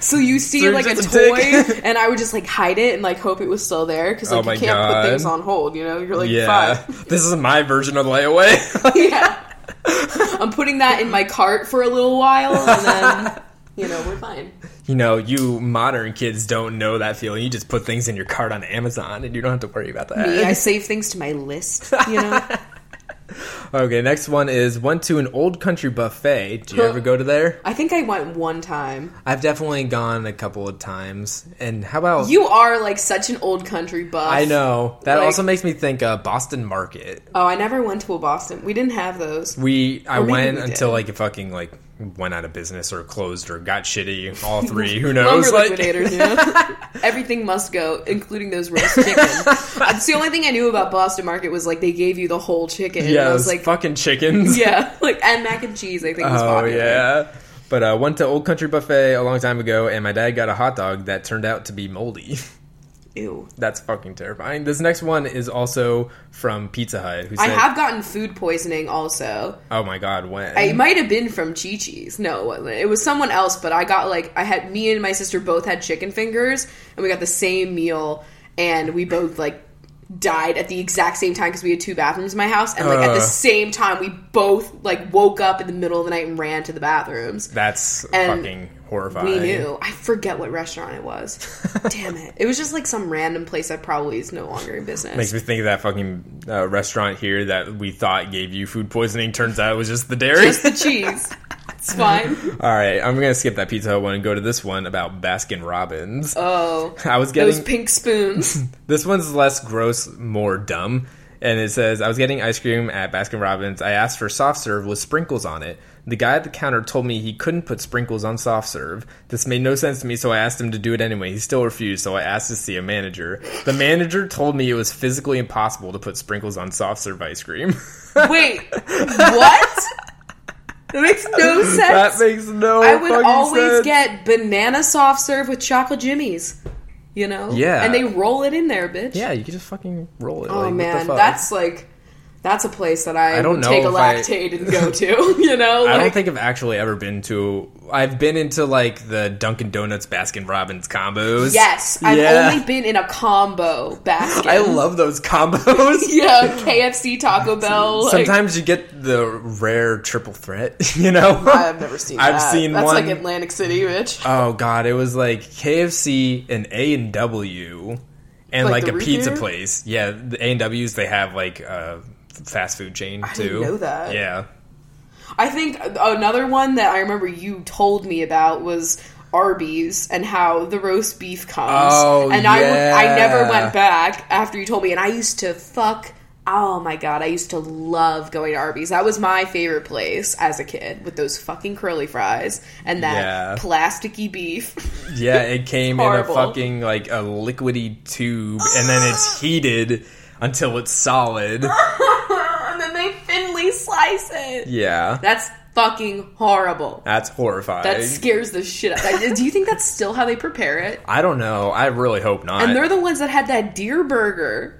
so you see
you're
like a
just a
toy, and I would just like hide it and like hope it was still there because like
Oh my
you can't
God.
put things on hold. You know, you're like
Yeah.
five.
This is my version of layaway.
yeah. I'm putting that in my cart for a little while, and then you know we're fine.
you know, you modern kids don't know that feeling. You just put things in your cart on Amazon and you don't have to worry about that.
Me, I save things to my list. You know.
Okay, next one is went to an old country buffet. Do you ever go to there?
I think I went one time.
I've definitely gone a couple of times. And how about
You are like such an old country buff.
I know. That
Like-
also makes me think uh, Boston Market.
Oh, I never went to a Boston. We didn't have those.
We I
maybe
went
we
until
did.
like fucking like went out of business or closed or got shitty. All three, who
Lumber
knows?
liquidators, you know? Everything must go, including those roast chickens. That's the only thing I knew about Boston Market was like they gave you the whole chicken. and
yeah,
I
those
was like,
fucking chickens.
yeah, like and mac and cheese. I think was
Oh
popular.
yeah. But uh, went to Old Country Buffet a long time ago, and my dad got a hot dog that turned out to be moldy.
Ew.
That's fucking terrifying. This next one is also from Pizza Hut. Who
I
said,
have gotten food poisoning also.
"Oh my god, when?"
It might have been from Chi Chi's. No, it wasn't. It was someone else, but I got like, I had, me and my sister both had chicken fingers, and we got the same meal, and we both like died at the exact same time because we had two bathrooms in my house, and like at
Ugh.
the same time, we both like woke up in the middle of the night and ran to the bathrooms.
That's
And
fucking horrifying.
We knew. I forget what restaurant it was. Damn it. It was just like some random place that probably is no longer in business.
Makes me think of that fucking uh, restaurant here that we thought gave you food poisoning. Turns out it was just the dairy.
Just the cheese. It's fine.
All right, I'm gonna skip that Pizza Hut one and go to this one about Baskin Robbins.
Oh.
I was getting
Those pink spoons.
This one's less gross, more dumb. And it says, I was getting ice cream at Baskin Robbins. I asked for soft serve with sprinkles on it. The guy at the counter told me he couldn't put sprinkles on soft serve. This made no sense to me, so I asked him to do it anyway. He still refused, so I asked to see a manager. The manager told me it was physically impossible to put sprinkles on soft serve ice cream.
Wait, what? That makes no sense.
that makes no
I would
fucking
always
sense.
get banana soft serve with chocolate jimmies. You know?
Yeah.
And they roll it in there, bitch.
Yeah, you could just fucking roll it.
Oh
like, what the
man,
fuck?
that's like that's a place that I,
I don't
would
know
take a
if I-
lactate and go to, you know? Like,
I don't think I've actually ever been to. I've been into like the Dunkin' Donuts Baskin Robbins combos.
Yes, I've
Yeah.
only been in a combo basket.
I love those combos.
yeah, KFC, Taco Bell. like-
Sometimes you get the rare triple threat, you know?
I've never seen.
I've
that.
seen
that's
one.
like Atlantic City, bitch.
oh god, it was like KFC and A and W and like,
Like the
a
root
pizza
beer?
place. Yeah, the A and W's they have like a fast food chain too.
didn't know that.
Yeah.
I think another one that I remember you told me about was Arby's and how the roast beef comes.
Oh,
and I w- I never
yeah.
went back after you told me, and I used to fuck. Oh my god, I used to love going to Arby's. That was my favorite place as a kid with those fucking curly fries and that
Yeah.
plasticky beef.
Yeah, it came in a
Horrible.
fucking like a liquidy tube and then it's heated until it's solid.
and then they thinly slice it.
Yeah.
That's fucking horrible.
That's horrifying.
That scares the shit out. of- Do you think that's still how they prepare it?
I don't know. I really hope not.
And they're the ones that had that deer burger.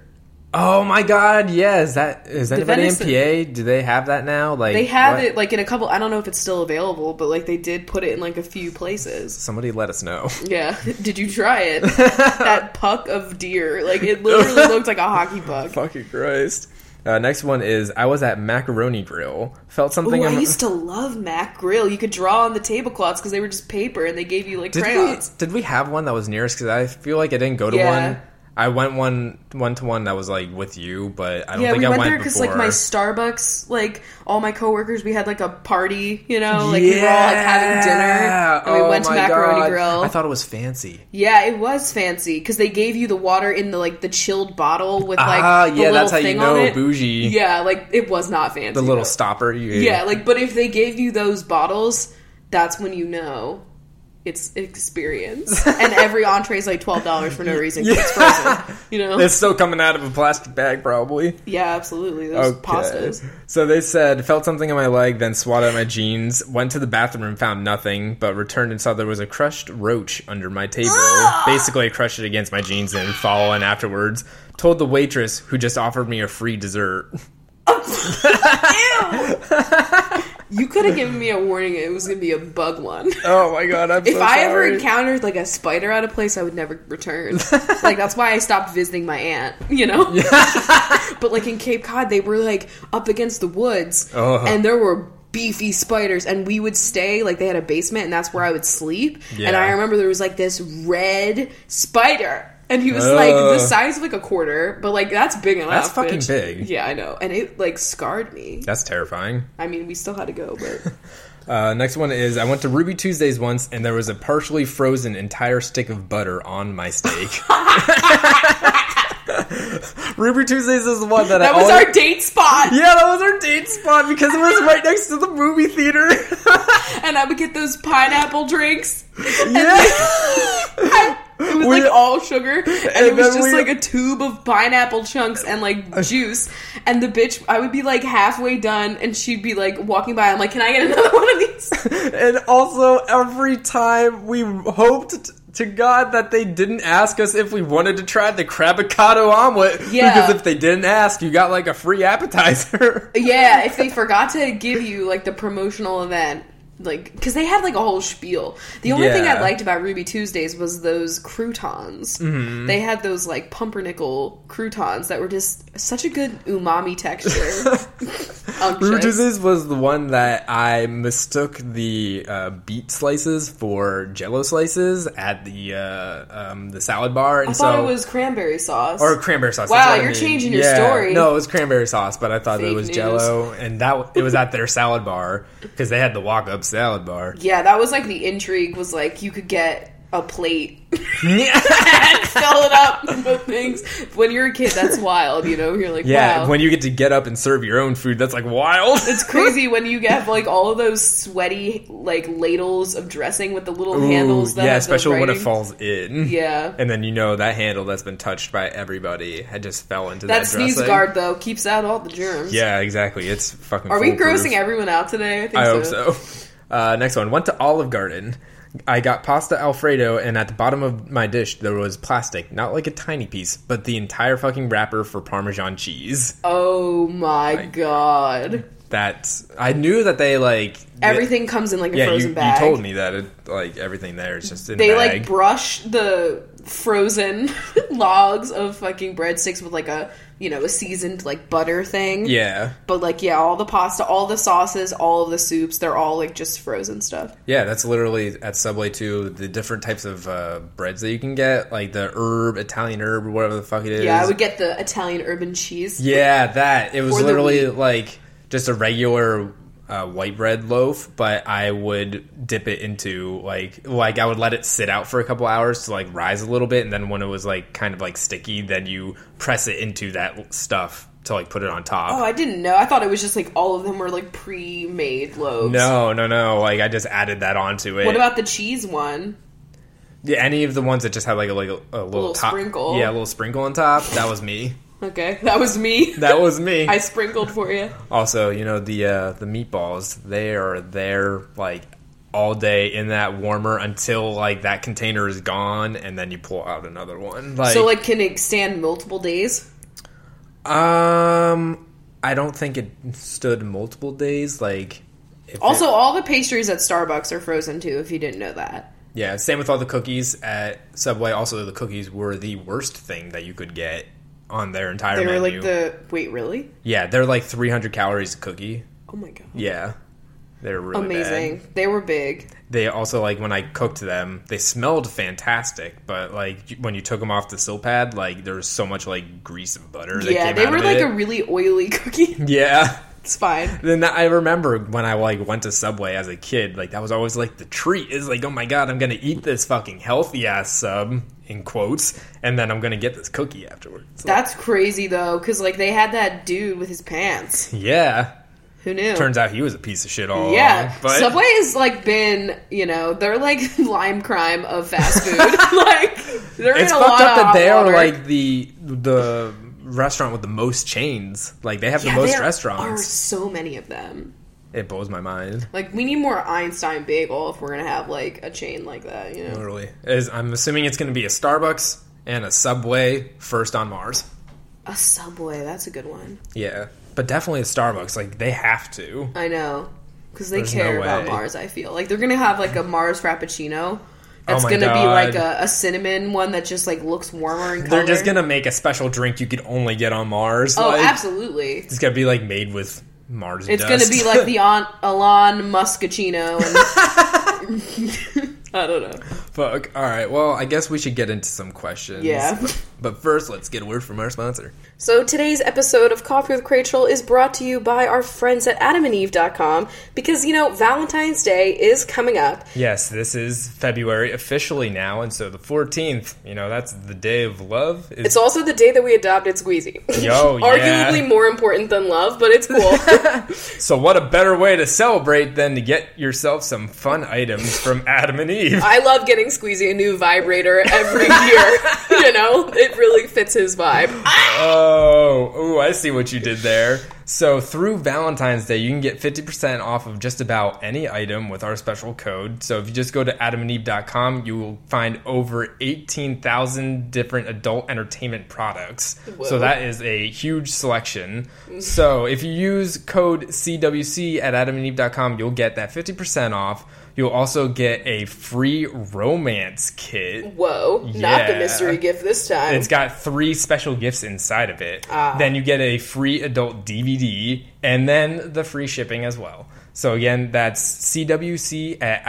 Oh my god, yes. That is anybody in
venison.
PA? Do they have that now? Like
They have
what?
it like in a couple. I don't know if it's still available, but like they did put it in like a few places.
Somebody let us know.
Yeah, did you try it? that puck of deer, like it literally looked like a hockey puck.
Fucking Christ. Uh, next one is I was at Macaroni Grill. Felt something.
Ooh, I
in-
used to love Mac Grill. You could draw on the tablecloths because they were just paper, and they gave you like
did we,
crayons.
did we have one that was nearest? Because I feel like I didn't go to
Yeah.
one. I went one one to one that was like with you, but I don't
Yeah,
think
we
I
went
went
there because
before.
like my Starbucks, like all my coworkers, we had like a party, you know, like we were all like having dinner,
Yeah.
and we
Oh
went to
my
Macaroni
God.
Grill.
I thought it was fancy.
Yeah, it was fancy because they gave you the water in the like the chilled bottle with like
ah,
the
yeah,
little
that's how you
thing on
know
it.
bougie.
Yeah, like it was not fancy.
the little
though.
stopper. You
Yeah, like but if they gave you those bottles, that's when you know it's experience. and every entree is like twelve dollars for no reason. 'cause It's frozen, you know.
it's still coming out of a plastic bag, probably.
yeah, absolutely. Those pastas.
So they said, felt something in my leg, then swatted at my jeans, went to the bathroom, found nothing, but returned and saw there was a crushed roach under my table. Basically, I crushed it against my jeans and fallen afterwards. Told the waitress, who just offered me a free dessert.
You could have given me a warning. It was gonna be a bug one.
Oh my god, I'm
If I ever encountered like a spider at a place, I would never return. like that's why I stopped visiting my aunt. You know. but like in Cape Cod, they were like up against the woods,
Uh-huh.
and there were beefy spiders, and we would stay like they had a basement, and that's where I would sleep. And
Yeah.
I remember there was like this red spider. And he was like the
Ugh.
size of like a quarter, but like that's big enough.
That's fucking
bitch.
big.
Yeah, I know. And it like scarred me.
That's terrifying.
I mean, we still had to go, but
Uh, next one is I went to Ruby Tuesdays once and there was a partially frozen entire stick of butter on my steak. Ruby Tuesdays is the one that,
that
I
was
always-
our date spot.
Yeah, that was our date spot because it was right next to the movie theater.
and I would get those pineapple drinks.
Yeah.
I- it was
We-
like all sugar, and, it
And
was
then
just
we-
like a tube of pineapple chunks and like juice. And the bitch, I would be like halfway done, and she'd be like walking by. I'm like, "Can I get another one of these?"
and also, every time we hoped to God that they didn't ask us if we wanted to try the crabicado omelet.
Yeah.
Because if they didn't ask, you got like a free appetizer.
Yeah, if they forgot to give you like the promotional event, like because they had like a whole spiel. The only thing I
Yeah.
liked about Ruby Tuesdays was those croutons.
Mm-hmm.
They had those like pumpernickel croutons that were just such a good umami texture. Unctuous.
Brutus's was the one that I mistook the uh, beet slices for Jello slices at the uh, um, the salad bar, and
I
so
thought it was cranberry sauce.
or cranberry sauce.
Wow,
that's what I
you're
mean.
changing your
Yeah.
story.
No, it was cranberry sauce, but I thought
Fake
it was
news.
Jello, and that w- it was at their salad bar because they had the walk up salad bar.
yeah, that was like the intrigue. Was like you could get a plate
Yeah,
and fill it up with things. When you're a kid, that's wild. You know, you're like, wow.
when you get to get up and serve your own food, that's like wild.
It's crazy when you get like all of those sweaty like ladles of dressing with the little
Ooh,
handles. That
yeah,
have the
especially when it
writing.
falls in.
Yeah,
And then you know that handle that's been touched by everybody had just fell into that,
that sneeze
dressing.
guard though keeps out all the germs.
Yeah, exactly. It's fucking.
Are we
foolproof.
grossing everyone out today? I think
I hope so. Uh, next one. Went to Olive Garden. I got pasta Alfredo, and at the bottom of my dish there was plastic, not like a tiny piece, but the entire fucking wrapper for Parmesan cheese.
Oh my god!
That's I knew that they like
Everything comes in like a
Yeah,
frozen
you, you
bag.
told me that it like everything there is just in
They
a
like
bag.
brush the frozen logs of fucking breadsticks with like a you know a seasoned like butter thing.
yeah,
But like yeah, all the pasta, all the sauces, all of the soups, they're all like just frozen stuff.
yeah. That's literally at Subway too. The different types of uh, breads that you can get, like the herb, Italian herb, or whatever the fuck it is.
Yeah, I would get the Italian urban cheese.
Yeah, that it was
Or the
literally like just a regular uh, white bread loaf, but I would dip it into like like I would let it sit out for a couple hours to like rise a little bit, and then when it was like kind of like sticky, then you press it into that stuff to like put it on top.
Oh, I didn't know. I thought it was just like all of them were like pre-made loaves.
no, no, no! Like I just added that onto it.
What about the cheese one?
yeah, any of the ones that just had like a, like a, a little,
Little
top,
sprinkle.
Yeah, a little sprinkle on top. That was me.
Okay, that was me.
That was me.
I sprinkled for you.
Also, you know the uh, the meatballs. They are there like all day in that warmer until like that container is gone, and then you pull out another one. Like,
so like, can it stand multiple days?
um, I don't think it stood multiple days. Like, if
Also,
it-
all the pastries at Starbucks are frozen too. If you didn't know that.
yeah, same with all the cookies at Subway. Also, the cookies were the worst thing that you could get on their entire
They were
menu.
like the wait, really?
yeah, they're like 300 calories a cookie.
Oh my god!
Yeah, they're really bad.
Amazing. They were big.
they also like when I cooked them, they smelled fantastic, but like when you took them off the sill pad, like there was so much like grease and butter. That
yeah,
came
they
out
were
of
like
it.
a really oily cookie.
yeah.
it's fine.
Then I remember when I like went to Subway as a kid, like that was always like the treat is like, oh my god, I'm gonna eat this fucking healthy ass sub in quotes, and then I'm gonna get this cookie afterwards.
That's crazy though, because like they had that dude with his pants.
yeah,
Who knew?
turns out he was a piece of shit all
Yeah,
along. But
Subway has like been, you know, they're like lime crime of fast food. like they're
it's
in a
fucked
lot
up
of
that
hot
they are
water.
like the the restaurant with the most chains. Like they have
Yeah,
the most
there Are
restaurants.
so many of them.
It blows my mind.
Like we need more Einstein Bagel if we're gonna have like a chain like that. You know,
Literally, Is- I'm assuming it's going to be a Starbucks and a Subway first on Mars.
a Subway. That's a good one.
Yeah, but definitely a Starbucks. Like they have to.
I know because they
There's
care
no
about
way.
Mars. I feel like they're gonna have like a Mars Frappuccino. That's
Oh my
gonna be
God.
like a, a cinnamon one that just like looks warmer and
They're just
gonna.
going to make a special drink you could only get on Mars.
Oh,
like,
absolutely.
It's going to be like made with Mars.
It's
dust.
gonna be like the on- Elon Muscachino and I don't know.
Fuck. All right. Well, I guess we should get into some questions.
Yeah.
But first, let's get a word from our sponsor.
So today's episode of Coffee with Rachel is brought to you by our friends at AdamAndEve.com because you know Valentine's Day is coming up.
Yes, this is February officially now, and so the 14th, you know, that's the day of love.
It's also the day that we adopted Squeezy.
Yo, yeah.
Arguably more important than love, but it's cool.
So, what a better way to celebrate than to get yourself some fun items from Adam and Eve?
I love getting Squeezy a new vibrator every year. you know, it really fits his vibe.
Oh, ooh, I see what you did there. So, through Valentine's Day, you can get 50% off of just about any item with our special code. So, if you just go to adamandeve.com, you will find over 18,000 different adult entertainment products. So,
Whoa.
that is a huge selection. So, if you use code CWC at adamandeve.com, you'll get that 50% off. You'll also get a free romance kit.
Whoa, not the
Yeah.
mystery gift this time.
It's got three special gifts inside of it.
Ah.
Then you get a free adult DVD and then the free shipping as well. So again, that's CWC at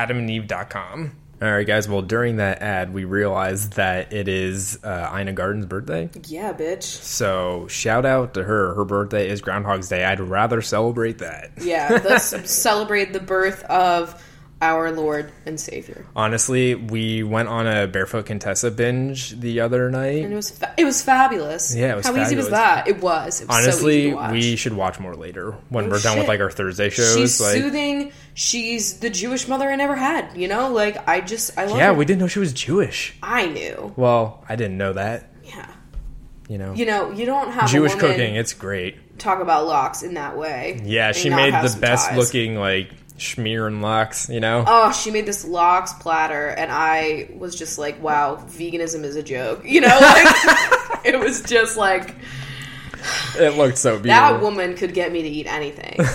adamandeve.com. All right, guys. Well, during that ad, we realized that it is uh, Ina Garden's birthday.
yeah, bitch.
So shout out to her. Her birthday is Groundhog's Day. I'd rather celebrate that.
Yeah, let's celebrate the birth of our Lord and Savior.
Honestly, we went on a Barefoot Contessa binge the other night.
And it was fa- it was fabulous.
Yeah, it was
how easy was
fabulous.
that? It was. It was so easy
Honestly,
to watch.
we should watch more later when we're done
shit.
with like our Thursday shows.
She's
like,
soothing. She's the Jewish mother I never had. You know, like I just I love.
Yeah,
her.
we didn't know she was Jewish.
I knew.
Well, I didn't know that.
Yeah.
You know,
You know, you don't have
Jewish
a woman
cooking, it's great.
talk about locks in that way.
Yeah,
and
she
not
made
have
the
some
best
ties.
looking like schmear and locks. You know,
Oh, she made this locks platter, and I was just like, "Wow, veganism is a joke." You know, like it was just like
it looked so beautiful.
that woman could get me to eat anything, you know?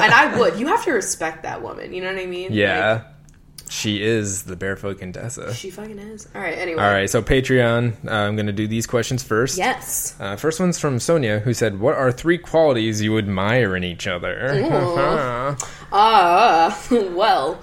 and I would. You have to respect that woman. You know what I mean? Like,
yeah, she is the barefoot Contessa.
she fucking is. All right. Anyway.
All right, so Patreon. Uh, I'm going to do these questions first.
Yes.
Uh, first one's from Sonia, who said, "What are three qualities you admire in each Uh, other?"
Ah. well,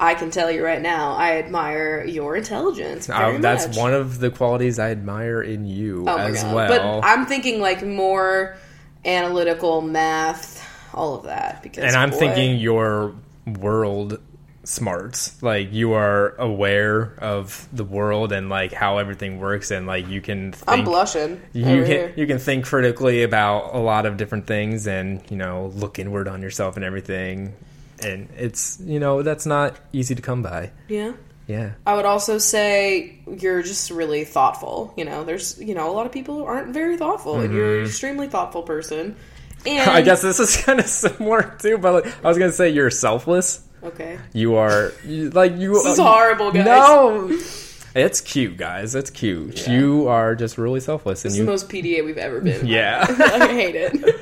I can tell you right now, I admire your intelligence.
Uh,
Very
that's
much.
one of the qualities I admire in you
Oh my
as
God.
well.
But I'm thinking like more analytical math, all of that. Because
and I'm
boy,
thinking your world smarts. Like you are aware of the world and like how everything works, and like you can. Think,
I'm blushing.
You
over
can
here.
you can think critically about a lot of different things, and you know look inward on yourself and everything. And it's you know that's not easy to come by.
yeah.
Yeah.
I would also say you're just really thoughtful. You know, there's you know a lot of people aren't very thoughtful, and you're an extremely thoughtful person. And
Mm-hmm. I guess this is kind of similar too, but like, I was gonna say you're selfless.
okay.
You are you, like you. This
is horrible, guys.
No, it's cute, guys. It's cute. You are just really selfless, and
It's
you
the most PDA we've ever been.
yeah.
I hate it.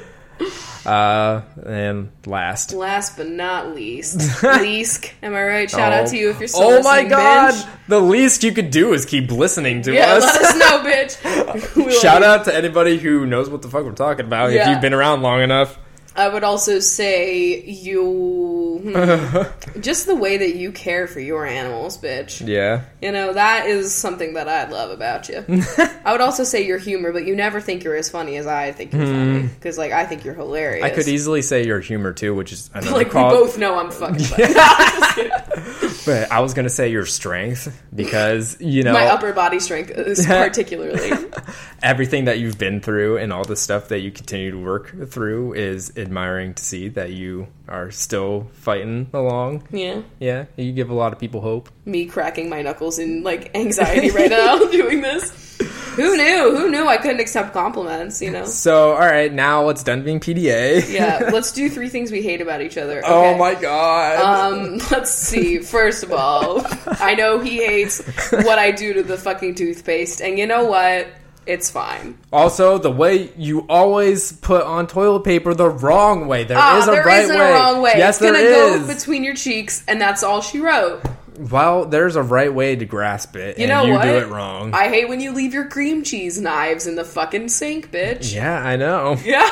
Uh, and last.
Last but not least, Leask. Am I right? Shout out to you if you're still
oh my
listening,
god!
bitch.
The least you could do is keep listening to
Yeah,
us.
let us know, bitch. We love
Shout
you.
out to anybody who knows what the fuck we're talking about. If
Yeah.
you've been around long enough,
I would also say you. hmm, just the way that you care for your animals, bitch.
yeah.
You know, that is something that I love about you. I would also say your humor, but you never think you're as funny as I think you're funny. Because, like, I think you're hilarious.
Hmm. I could e- easily say your humor too, which is another
Like, we
qual-
both know I'm fucking funny.
But I was gonna say your strength because you know
My upper body strength is particularly.
everything that you've been through and all the stuff that you continue to work through is admiring to see that you are still fighting along.
yeah.
Yeah, you give a lot of people hope.
Me cracking my knuckles in, like, anxiety right now doing this. Who knew? Who knew I couldn't accept compliments, you know?
So, all right, now it's done being PDA.
Yeah, let's do three things we hate about each other.
Oh
okay?
my god.
Um, let's see. First of all, I know he hates what I do to the fucking toothpaste, and you know what? It's fine.
also, the way you always put on toilet paper the wrong way. There is
Ah,
a
there
right
isn't
way.
a wrong way.
Yes,
it's gonna
there
go
is.
between your cheeks, and that's all she wrote.
well, there's a right way to grasp it.
You
and
know
you
what?
do it wrong.
I hate when you leave your cream cheese knives in the fucking sink, bitch.
yeah, I know.
Yeah.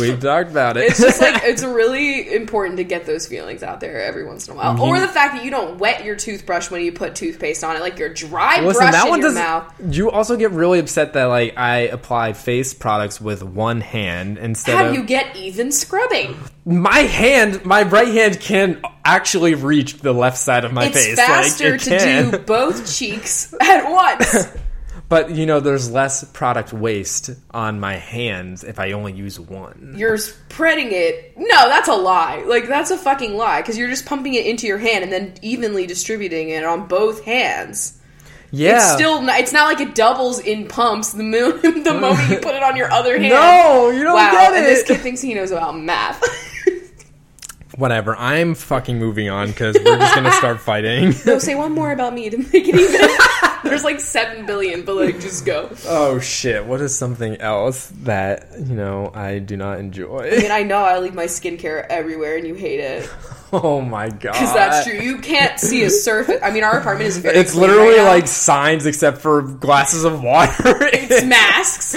We've talked about it.
It's just like it's really important to get those feelings out there every once in a while,
Mhm.
or the fact that you don't wet your toothbrush when you put toothpaste on it, like you're dry brushing your
doesn't-
mouth.
You also get really upset that like I apply face products with one hand instead
How
of
do you get even scrubbing?
my hand. My right hand can actually reach the left side of my
It's
face.
faster
like, it
to
can.
do both cheeks at once.
But you know, there's less product waste on my hands if I only use one.
You're spreading it. No, that's a lie. Like that's a fucking lie because you're just pumping it into your hand and then evenly distributing it on both hands.
Yeah.
It's still not, it's not like it doubles in pumps the, mo- the moment you put it on your other hand.
No, you don't
wow,
get
And this
it.
kid thinks he knows about math.
Whatever. I'm fucking moving on because we're just gonna start fighting.
no, say one more about me to make it even. There's like seven billion, but like just go.
oh shit! What is something else that you know I do not
I
enjoy?
mean, I know I leave my skincare everywhere, and you hate it
oh my god.
because that's true. You can't see a surface. I mean, our apartment is very.
Uh, It's
clean
literally
right now.
like signs except for glasses of water.
It's masks.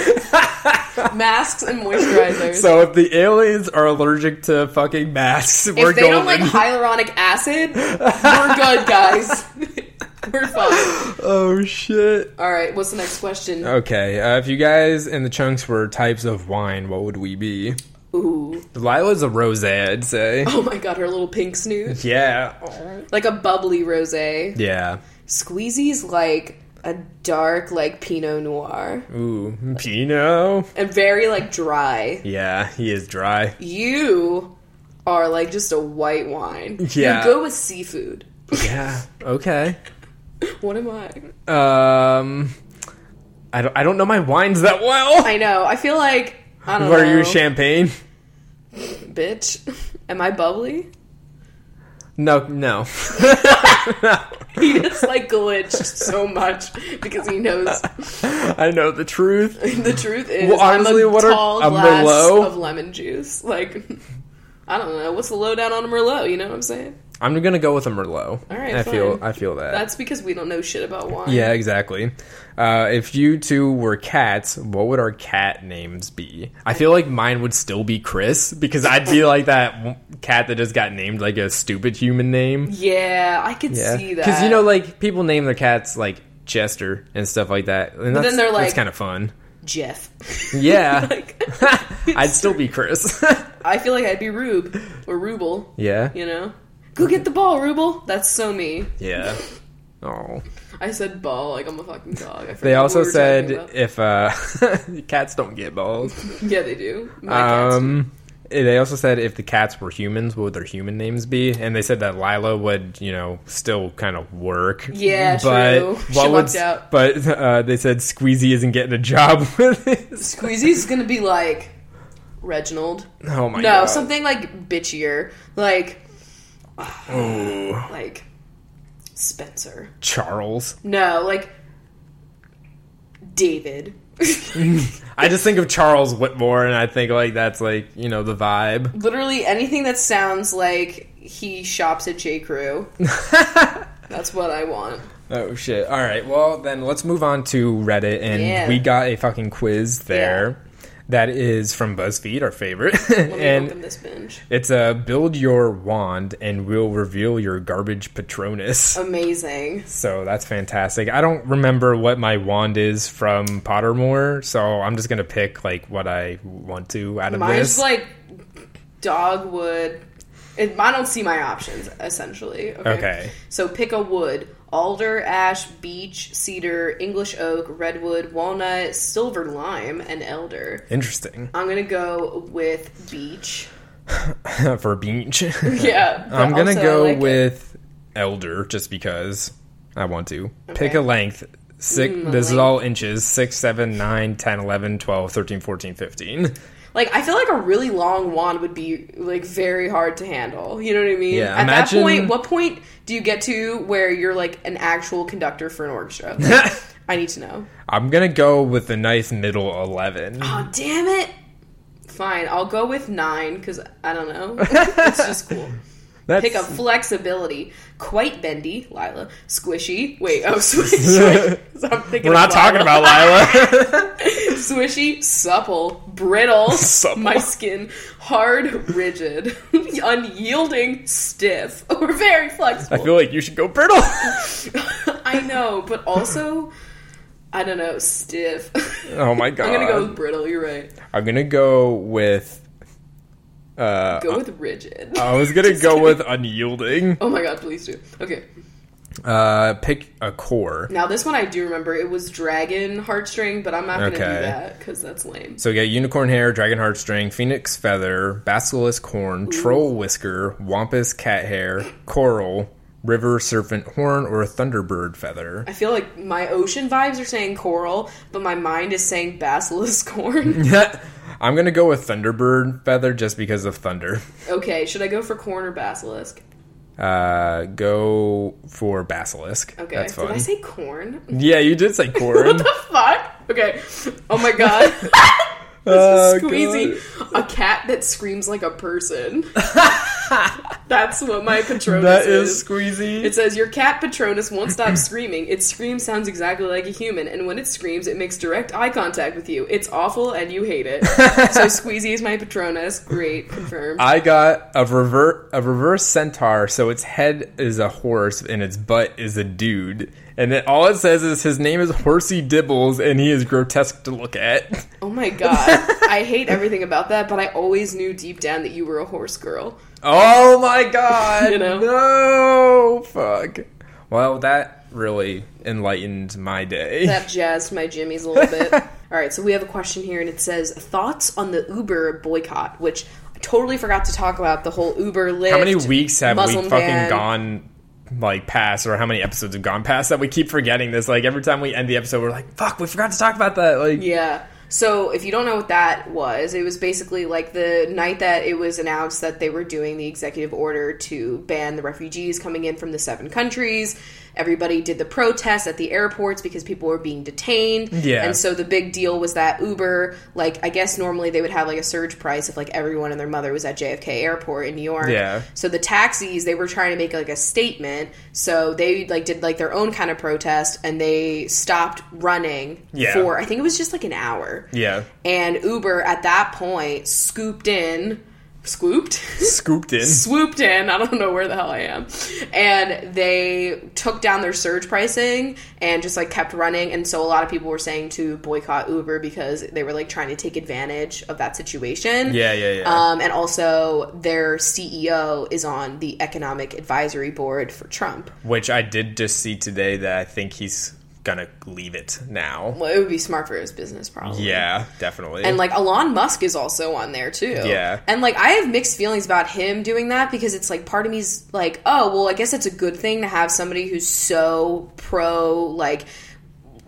masks and moisturizers.
so if the aliens are allergic to fucking masks, we're
if they
going.
don't like hyaluronic acid, we're good, guys. we're fine.
oh shit.
All right, what's the next question?
Okay, uh, if you guys in the chunks were types of wine, what would we be?
Ooh.
Lila's a rose, I'd say.
Oh my god, her little pink snoot.
Yeah.
Like a bubbly rosé.
Yeah.
Squeezy's like a dark like pinot noir
Ooh, Pinot.
and very like dry.
Yeah, he is dry.
You are like just a white wine.
Yeah.
You're good with seafood.
Yeah. Okay.
What am I?
Um, I don't, I don't know my wines that well.
I know. I feel like I don't
What
know.
are you, champagne?
bitch. Am I bubbly?
No, no.
He just like glitched so much because he knows
I know the truth.
the truth is
Well, honestly,
I'm a
what are-
tall
a
glass
Merlot?
of lemon juice. Like I don't know what's the lowdown on a merlot. You know what I'm saying?
I'm gonna go with a merlot.
All right,
I feel
fine.
I feel that.
That's because we don't know shit about wine.
yeah, exactly. Uh, if you two were cats, what would our cat names be? I feel like mine would still be Chris because I'd be like that w- cat that just got named like a stupid human name.
yeah, I could
Yeah,
see that.
because you know, like people name their cats like Chester and stuff like that. And that's,
they're
that's
like-
kind of fun.
Jeff.
Yeah.
like,
I'd still be Chris.
I feel like I'd be Rube or Ruble.
yeah,
You know, go get the ball, Ruble. That's so me.
yeah. Oh.
I said ball like I'm a fucking dog. I forget
They
what
also
we were
said
talking about.
if uh, cats don't get balls.
yeah, they do. My cats do.
Um, they also said if the cats were humans, what would their human names be? And they said that Lila would, you know, still kind of work.
Yeah, true. She
what would-
lucked out.
But uh, they said Squeezy isn't getting a job with this.
Squeezy's gonna be like Reginald.
Oh my
no,
god!
something like bitchier, like
Ooh.
like Spencer.
Charles.
No, like David.
I just think of Charles Whitmore, and I think like that's like you know the vibe.
Literally anything that sounds like he shops at J Crew. That's what I want.
Oh shit! All right, well then let's move on to Reddit, and
Yeah.
we got a fucking quiz there. That is from BuzzFeed, our favorite,
Let me
and
open this binge.
It's a build your wand and we'll reveal your garbage
Oh.
Patronus.
Amazing.
So that's fantastic. I don't remember what my wand is from Pottermore, so I'm just gonna pick like what I want to out of
Mine's
this.
like dogwood. It, I don't see my options essentially. Okay.
Okay.
So pick a wood: alder, ash, beech, cedar, English oak, redwood, walnut, silver lime, and elder.
Interesting
I'm gonna go with beech.
for beach.
Yeah. but
I'm gonna
also I
go
like it.
with elder just because I want to pick
Okay. Hmm,
a length. Six.
a
this is
length.
all inches. Six, seven, nine, ten, eleven, twelve, thirteen, fourteen, fifteen.
Like I feel like a really long wand would be like very hard to handle. You know what I mean?
Yeah,
At
imagine-
that point, what point do you get to where you're like an actual conductor for an orchestra? I need to know.
I'm gonna go with the nice middle eleven.
Oh damn it! Fine, I'll go with nine because I don't know. it's just cool.
That's-
Pick up flexibility. Quite bendy, Lila. Squishy. Wait, oh, swishy. I'm thinking
We're not
of
talking
Lila.
about Lila.
swishy, supple, brittle,
Supple.
my skin, hard, rigid, unyielding, stiff, or very flexible.
I feel like you should go brittle.
I know, but also, I don't know, stiff.
Oh my god.
I'm gonna go with brittle. You're right.
I'm gonna go with. Uh,
Go with rigid.
I was gonna go with unyielding.
oh my god, please do. Okay,
Uh, pick a core.
now this one I do remember. It was dragon heartstring, but I'm not gonna do
Okay.
that because that's lame.
So we got unicorn hair, dragon heartstring, phoenix feather, basilisk horn, troll whisker, wampus cat hair, coral, river serpent horn, or thunderbird feather.
I feel like my ocean vibes are saying coral, but my mind is saying basilisk corn.
I'm gonna go with thunderbird feather just because of thunder.
okay, should I go for corn or basilisk?
Uh, go for basilisk.
Okay,
that's
did
fun.
I say corn?
yeah, you did say
What
corn.
the fuck? Okay. Oh my god. this
Oh,
is squeezy. A cat that screams like a person. That's what my Patronus
that
is.
is squeezy.
It says your cat Patronus won't stop screaming. Its scream sounds exactly like a human, and when it screams, it makes direct eye contact with you. It's awful, and you hate it. so Squeezy is my Patronus. Great, confirmed.
I got a rever a reverse centaur, so its head is a horse and its butt is a dude. And then all it says is his name is Horsey Dibbles and he is grotesque to look at.
oh my god, I hate everything about that, but I always knew deep down that you were a horse girl.
Oh my god.
You know?
No fuck. Well, that really enlightened my day.
That jazzed my jimmies a little bit. All right, so we have a question here, and it says thoughts on the Uber boycott, which I totally forgot to talk about the whole Uber Lyft.
how many weeks have
Muslim
we fucking
ban.
gone like past or how many episodes have gone past that we keep forgetting this like every time we end the episode we're like fuck we forgot to talk about that like
Yeah. So if you don't know what that was, it was basically like the night that it was announced that they were doing the executive order to ban the refugees coming in from the seven countries. Everybody did the protests at the airports because people were being detained.
Yeah.
And so the big deal was that Uber, like I guess normally they would have like a surge price if like everyone and their mother was at JFK Airport in New York.
Yeah.
So the taxis, they were trying to make like a statement. So they like did like their own kind of protest and they stopped running
Yeah.
for I think it was just like an hour.
yeah
And Uber at that point scooped in, scooped,
scooped in
swooped in. I don't know where the hell I am. And they took down their surge pricing and just like kept running. And so a lot of people were saying to boycott Uber because they were like trying to take advantage of that situation.
yeah yeah yeah
Um, and also, their CEO is on the Economic Advisory Board for Trump.
Which I did just see today that I think he's gonna leave it now.
Well, it would be smart for his business, probably.
Yeah, definitely.
And like Elon Musk is also on there too.
Yeah.
And like I have mixed feelings about him doing that because it's like part of me's like, oh well, I guess it's a good thing to have somebody who's so pro like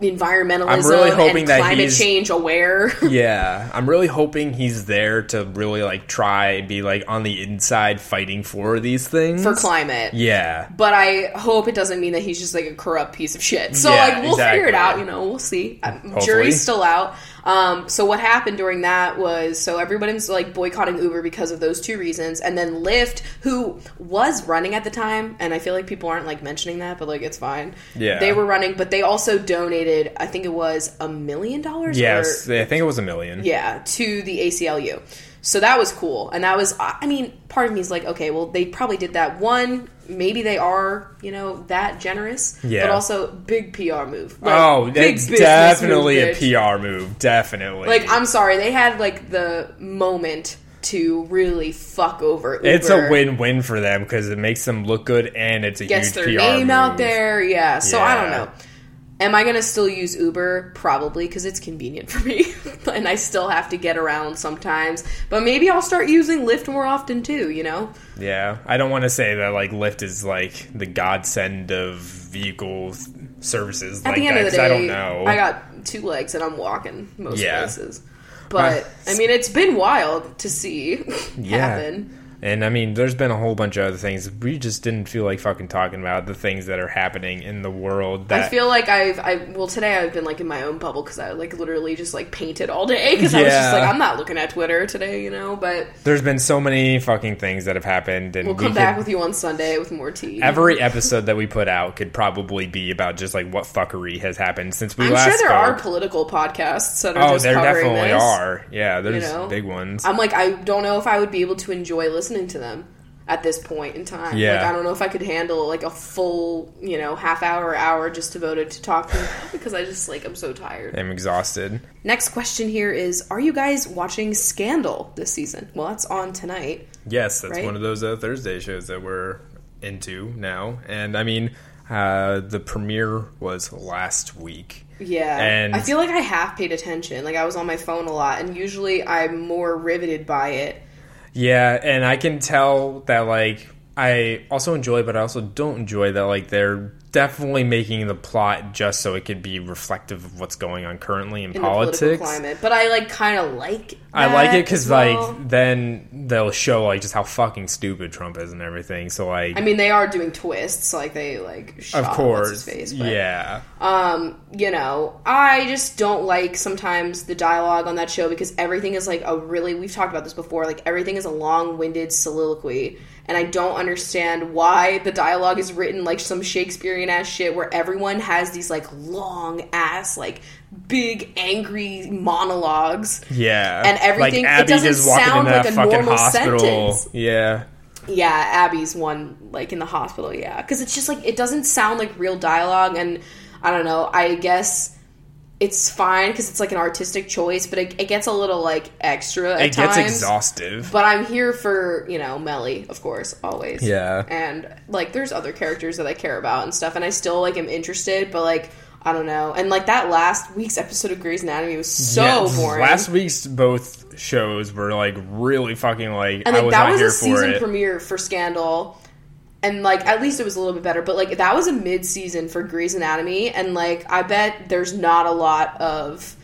environmentalism
hoping
and
that
climate
he's-
change aware.
yeah, I'm really hoping he's there to really like try and be like on the inside fighting for these things
For climate.
Yeah,
But I hope it doesn't mean that he's just like a corrupt piece of shit. So
Yeah,
like we'll figure it
exactly.
out, you know. We'll see. Um,
Hopefully.
jury's still out. Um, so what happened during that was so everyone's like boycotting Uber because of those two reasons, and then Lyft, who was running at the time, and I feel like people aren't like mentioning that, but like it's fine.
Yeah.
they were running, but they also donated. I think it was a million dollars. or-
yes, I think it was a million.
yeah, to the ACLU. So that was cool. And that was, I I mean, part of me is like, okay, well, they probably did that. One, maybe they are, you know, that generous.
Yeah.
But also, big PR move. Like,
Oh,
big
that's
business
definitely
move,
a
bitch.
PR move. Definitely.
Like, I'm sorry, they had, like, the moment to really fuck over Uber.
it's a win-win for them because it makes them look good and it's a huge
Gets their
PR
name
move.
out there. Yeah. So I don't
Yeah.
know. Am I going to still use Uber? Probably because it's convenient for me. and I still have to get around sometimes. But maybe I'll start using Lyft more often too, you know?
Yeah, I don't want to say that like Lyft is like the godsend of vehicle th- services.
At
like
the end
that,
of
'cause
the day,
I don't know.
I got two legs and I'm walking most
Yeah.
places. But I mean, it's been wild to see
Yeah.
happen.
And I mean, there's been a whole bunch of other things. We just didn't feel like fucking talking about the things that are happening in the world that
I feel like I've I well today I've been like in my own bubble because I like literally just like painted all day because I was just
Yeah.
like I'm not looking at Twitter today, you know. But
there's been so many fucking things that have happened and
we'll
we
come
could-
back with you on Sunday with more tea.
every episode that we put out could probably be about just like what fucking has happened since we
I'm
last
sure there are
spoke.
political podcasts that are
Oh,
just
there
covering
definitely
this.
are. Yeah, there's
know?
big ones.
I'm like I don't know if I would be able to enjoy listening to them at this point in time. Like
Yeah.
I don't know if I could handle like a full you know half hour hour just devoted to talking because I just like I'm so tired.
I'm exhausted.
Next question here is: Are you guys watching Scandal this season? Well, that's on tonight.
Yes, that's
Right?
one of those uh, Thursday shows that we're into now. And I mean, uh, the premiere was last week.
Yeah.
And-
I feel like I have paid attention. Like I was on my phone a lot and usually I'm more riveted by it.
Yeah, and I can tell that like I also enjoy, but I also don't enjoy that like they're definitely making the plot just so it could be reflective of what's going on currently in,
In the
politics.
political climate. But I like kind of like
I like it because
because well.
like then they'll show like just how fucking stupid Trump is and everything. So like,
I mean they are doing twists like they like shot
of course,
what's his face. But,
yeah.
You know, I just don't like sometimes the dialogue on that show because everything is like a really we've talked about this before, like everything is a long-winded soliloquy and I don't understand why the dialogue is written like some Shakespearean ass shit where everyone has these like long ass like big angry monologues.
Yeah,
And everything- it doesn't sound like a normal sentence.
Yeah,
Yeah, Abby's one like in the hospital. Yeah, because it's just like it doesn't sound like real dialogue, and I don't know. I guess it's fine because it's like an artistic choice, but it, it gets a little like extra. At
it gets
times.
exhaustive.
But I'm here for you know Melly, of course, always.
Yeah.
and like there's other characters that I care about and stuff, and I still like am interested, but like. I don't know, and like that last week's episode of Grey's Anatomy was so
Yeah, this is-
boring.
Last week's both shows were like really fucking like
and
I
like
was
that
not
was
here
a
for
season
it.
premiere for Scandal, and like at least it was a little bit better. But like that was a mid season for Grey's Anatomy, and like I bet there's not a lot of.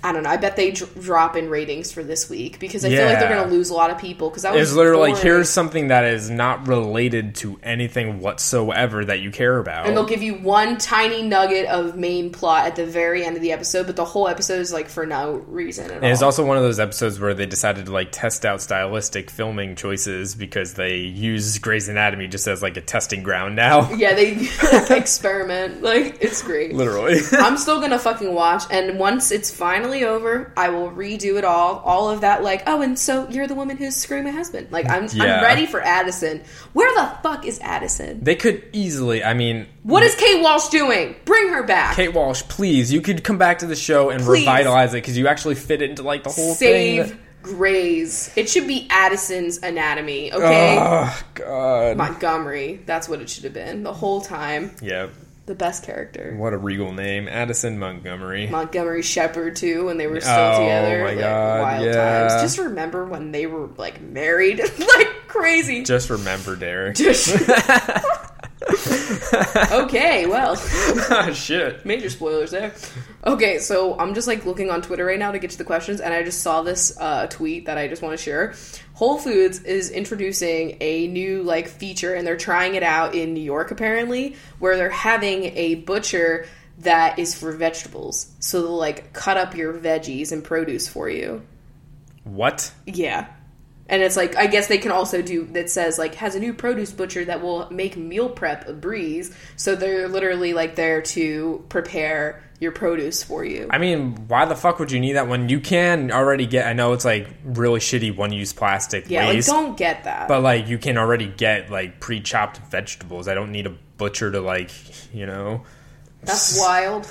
I don't know. I bet they dr- drop in ratings for this week because I feel like they're
Yeah.
going to lose a lot of people. Because that was
It's literally like
boring.
here's something that is not related to anything whatsoever that you care about.
and they'll give you one tiny nugget of main plot at the very end of the episode, but the whole episode is like for no reason at
And it's
all.
also one of those episodes where they decided to like test out stylistic filming choices because they use Grey's Anatomy just as like a testing ground now.
yeah, they experiment. Like it's great.
Literally.
I'm still gonna fucking watch, and once it's finally over, I will redo it all. All of that, like, oh, and so you're the woman who's screwing my husband. Like, I'm I'm
Yeah.
ready for Addison. Where the fuck is Addison?
they could easily I mean
What is Kate Walsh doing? Bring her back.
Kate Walsh, please, you could come back to the show and
Please.
revitalize it because you actually fit it into like the whole
Save
thing.
Grays. It should be Addison's anatomy. Okay,
Oh god.
Montgomery. That's what it should have been the whole time.
yeah.
The best character.
What a regal name. Addison Montgomery.
Montgomery Shepherd too, when they were still
Oh,
together.
my
like,
God,
wild
yeah.
times. Just remember when they were like married, like crazy.
Just remember Derek.
okay, well, Ah,
Shit.
major spoilers there. Okay, so I'm just like looking on Twitter right now to get to the questions, and I just saw this uh, tweet that I just want to share. Whole Foods is introducing a new like feature, and they're trying it out in New York apparently, where they're having a butcher that is for vegetables. So they'll like cut up your veggies and produce for you.
What?
Yeah. And it's like I guess they can also do that says like has a new produce butcher that will make meal prep a breeze. So they're literally like there to prepare your produce for you.
I mean, why the fuck would you need that when you can already get? I know it's like really shitty one-use plastic
yeah,
waste,
like don't get that.
but like you can already get like pre-chopped vegetables. I don't need a butcher to like, you know.
That's wild.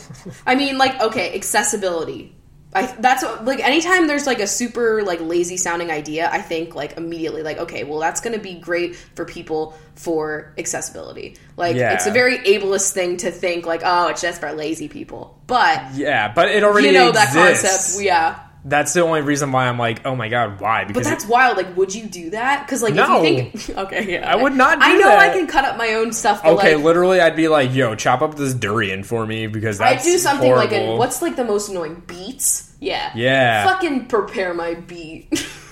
I mean, like, okay, accessibility. I that's what- like anytime there's like a super like lazy sounding idea, I think like immediately like okay, well that's going to be great for people for accessibility. Like
Yeah.
it's a very ableist thing to think like oh, it's just for lazy people. But
Yeah, but it already
you know
exists.
that concept, yeah.
That's the only reason why I'm like, oh my god, why?
But
Because it-
that's wild. Like, would you do that? Because like,
No.
if you think, okay, yeah,
I would not do
I know
that.
I can cut up my own stuff. But,
okay,
like,
literally, I'd be like, yo, chop up this durian for me because
I
that's
do something like a
horrible.
what's like the most annoying beats? Yeah,
Yeah.
Fucking prepare my beat.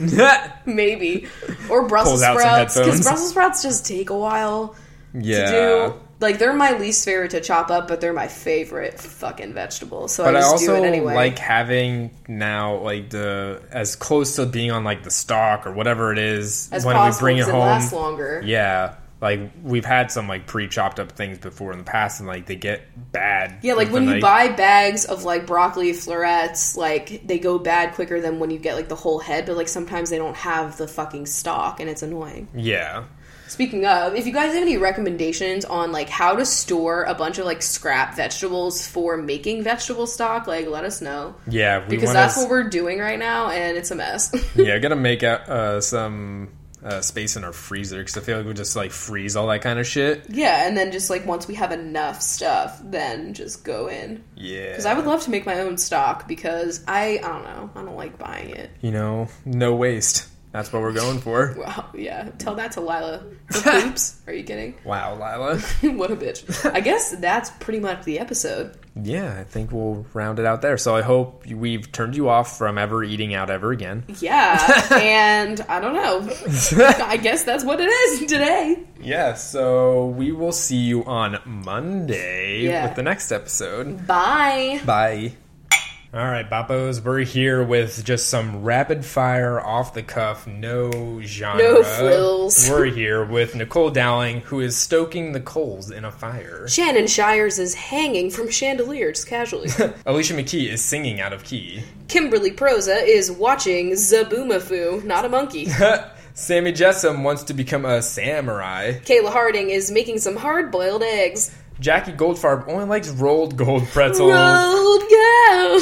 maybe or
Pulls
Brussels
out some
sprouts because
headphones.
Brussels sprouts just take a while
yeah.
to do. Like they're my least favorite to chop up, but they're my favorite fucking vegetable. So
But
I
I
just
also
do it anyway.
like having now like the as close to being on like the stock or whatever it is
as
when we
possible
bring it
'cause
home.
lasts longer.
Yeah. Like we've had some like pre chopped up things before in the past and like they get bad.
Yeah, like
with
when
the knife.
you buy bags of like broccoli florets, like they go bad quicker than when you get like the whole head, but like sometimes they don't have the fucking stock and it's annoying.
Yeah.
Speaking of, if you guys have any recommendations on like how to store a bunch of like scrap vegetables for making vegetable stock, like let us know.
Yeah, we
Because
wanna
that's
s-
what we're doing right now and it's a mess.
yeah, gotta make out uh, some uh, space in our freezer because I feel like we just like freeze all that kind of shit.
yeah, and then just like once we have enough stuff, then just go in.
Yeah,
Because I would love to make my own stock because I, I don't know, I don't like buying it.
you know, no waste. That's what we're going for.
Wow, yeah. Tell that to Lila. For poops. Are you kidding?
Wow, Lila.
what a bitch. I guess that's pretty much the episode.
yeah, I think we'll round it out there. So I hope we've turned you off from ever eating out ever again.
Yeah. and I don't know. I guess that's what it is today.
yeah, so we will see you on Monday
Yeah. Mm-hmm.
with the next episode.
Bye.
Bye. All right, Boppos, we're here with just some rapid fire, off the cuff, no genre.
No frills.
We're here with Nicole Dowling, who is stoking the coals in a fire.
Shannon Shires is hanging from chandelier just casually.
Alicia McKee is singing out of key.
Kimberly Proza is watching Zaboomafoo, not a monkey.
Sammy Jessam wants to become a samurai.
Kayla Harding is making some hard boiled eggs.
Jackie Goldfarb only likes rolled gold pretzels.
Road go.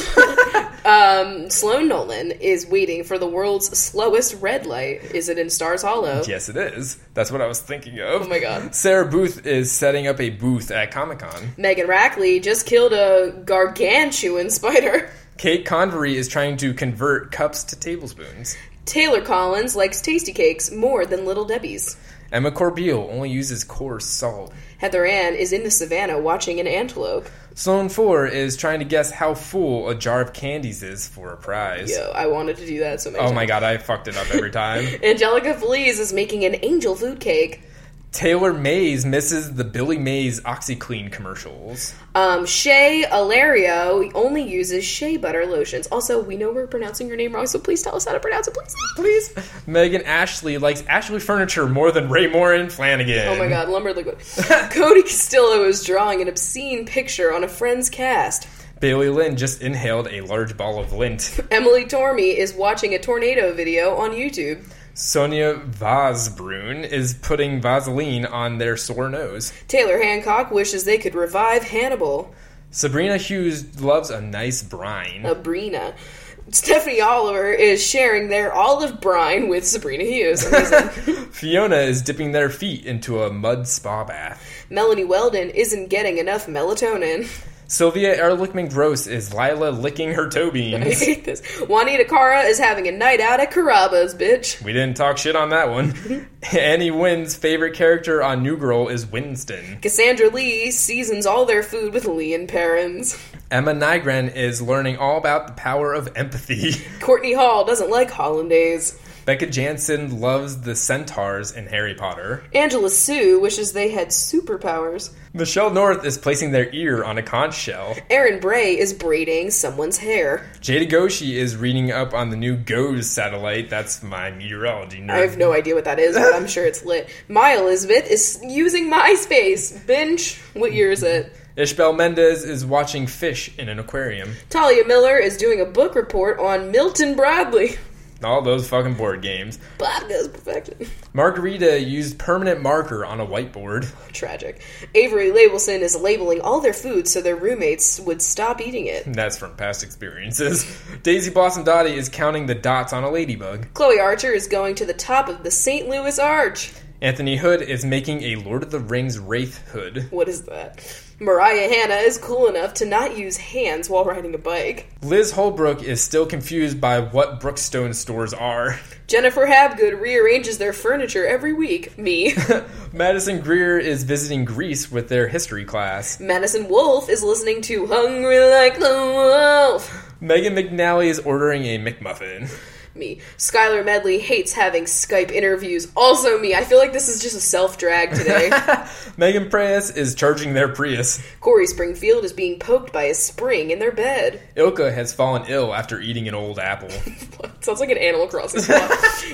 um, Sloan Nolan is waiting for the world's slowest red light. Is it in Stars Hollow?
Yes, it is. That's what I was thinking of.
Oh my god.
Sarah Booth is setting up a booth at Comic Con.
Megan Rackley just killed a gargantuan spider.
Kate Convery is trying to convert cups to tablespoons.
Taylor Collins likes tasty cakes more than Little Debbie's.
Emma Corbeil only uses coarse salt.
Heather Ann is in the savannah watching an antelope.
Sloan Four is trying to guess how full a jar of candies is for a prize.
Yo, I wanted to do that so many
Oh
times.
my god, I fucked it up every time.
Angelica Feliz is making an angel food cake.
Taylor Mays misses the Billy Mays OxyClean commercials.
Um, Shea Alario only uses shea butter lotions. Also, we know we're pronouncing your name wrong, so please tell us how to pronounce it, please.
Please. Megan Ashley likes Ashley furniture more than Ray Moore and Flanagan.
Oh my god, lumber liquid. Cody Castillo is drawing an obscene picture on a friend's cast.
Bailey Lynn just inhaled a large ball of lint.
Emily Tormey is watching a tornado video on YouTube.
Sonia Vosbrun is putting Vaseline on their sore nose.
Taylor Hancock wishes they could revive Hannibal.
Sabrina Hughes loves a nice brine.
Abrina. Stephanie Oliver is sharing their olive brine with Sabrina Hughes. Amazing.
Fiona is dipping their feet into a mud spa bath.
Melanie Weldon isn't getting enough melatonin.
Sylvia Ehrlichman Gross is Lila licking her toe
I
beams.
hate this. Juanita Cara is having a night out at Carrabba's, bitch.
We didn't talk shit on that one. Annie Wynn's favorite character on New Girl is Winston.
Cassandra Lee seasons all their food with Lee and Perrins.
Emma Nigren is learning all about the power of empathy.
Courtney Hall doesn't like hollandaise.
Becca Jansen loves the centaurs in Harry Potter.
Angela Sue wishes they had superpowers.
Michelle North is placing their ear on a conch shell.
Aaron Bray is braiding someone's hair.
Jada Goshi is reading up on the new GOES satellite. That's my meteorology nerd.
I have no idea what that is, but I'm sure it's lit. My Elizabeth is using MySpace. Binge. What year is it?
Ishbel Mendez is watching fish in an aquarium.
Talia Miller is doing a book report on Milton Bradley.
All those fucking board games.
Bob goes perfection.
Margarita used permanent marker on a whiteboard.
Tragic. Avery Labelson is labeling all their food so their roommates would stop eating it.
That's from past experiences. Daisy Blossom Dottie is counting the dots on a ladybug.
Chloe Archer is going to the top of the St. Louis Arch.
Anthony Hood is making a Lord of the Rings wraith hood.
What is that? Mariah Hanna is cool enough to not use hands while riding a bike.
Liz Holbrook is still confused by what Brookstone stores are.
Jennifer Habgood rearranges their furniture every week. Me.
Madison Greer is visiting Greece with their history class.
Madison Wolf is listening to Hungry Like the Wolf.
Megan McNally is ordering a McMuffin.
me. Skylar Medley hates having Skype interviews. Also me. I feel like this is just a self drag today.
Megan Prius is charging their Prius.
Corey Springfield is being poked by a spring in their bed.
Ilka has fallen ill after eating an old apple.
Sounds like an Animal Crossing spot.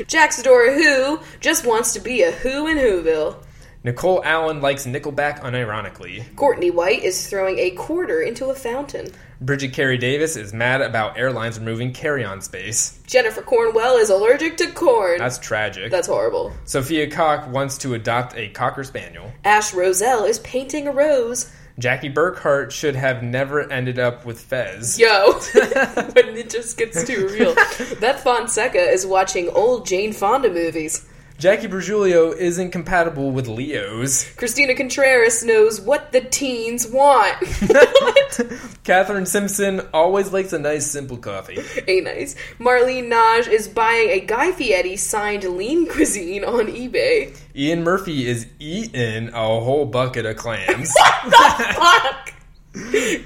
Jack Sedora, who just wants to be a who in Whoville.
Nicole Allen likes Nickelback unironically.
Courtney White is throwing a quarter into a fountain.
Bridget Carey Davis is mad about airlines removing carry on space.
Jennifer Cornwell is allergic to corn.
That's tragic.
That's horrible.
Sophia Koch wants to adopt a Cocker Spaniel.
Ash Roselle is painting a rose.
Jackie Burkhart should have never ended up with Fez.
Yo, when it just gets too real. Beth Fonseca is watching old Jane Fonda movies.
Jackie Bergiulio isn't compatible with Leos.
Christina Contreras knows what the teens want. what?
Catherine Simpson always likes a nice simple coffee.
A nice. Marlene Naj is buying a Guy Fieri signed lean cuisine on eBay.
Ian Murphy is eating a whole bucket of clams.
Fuck!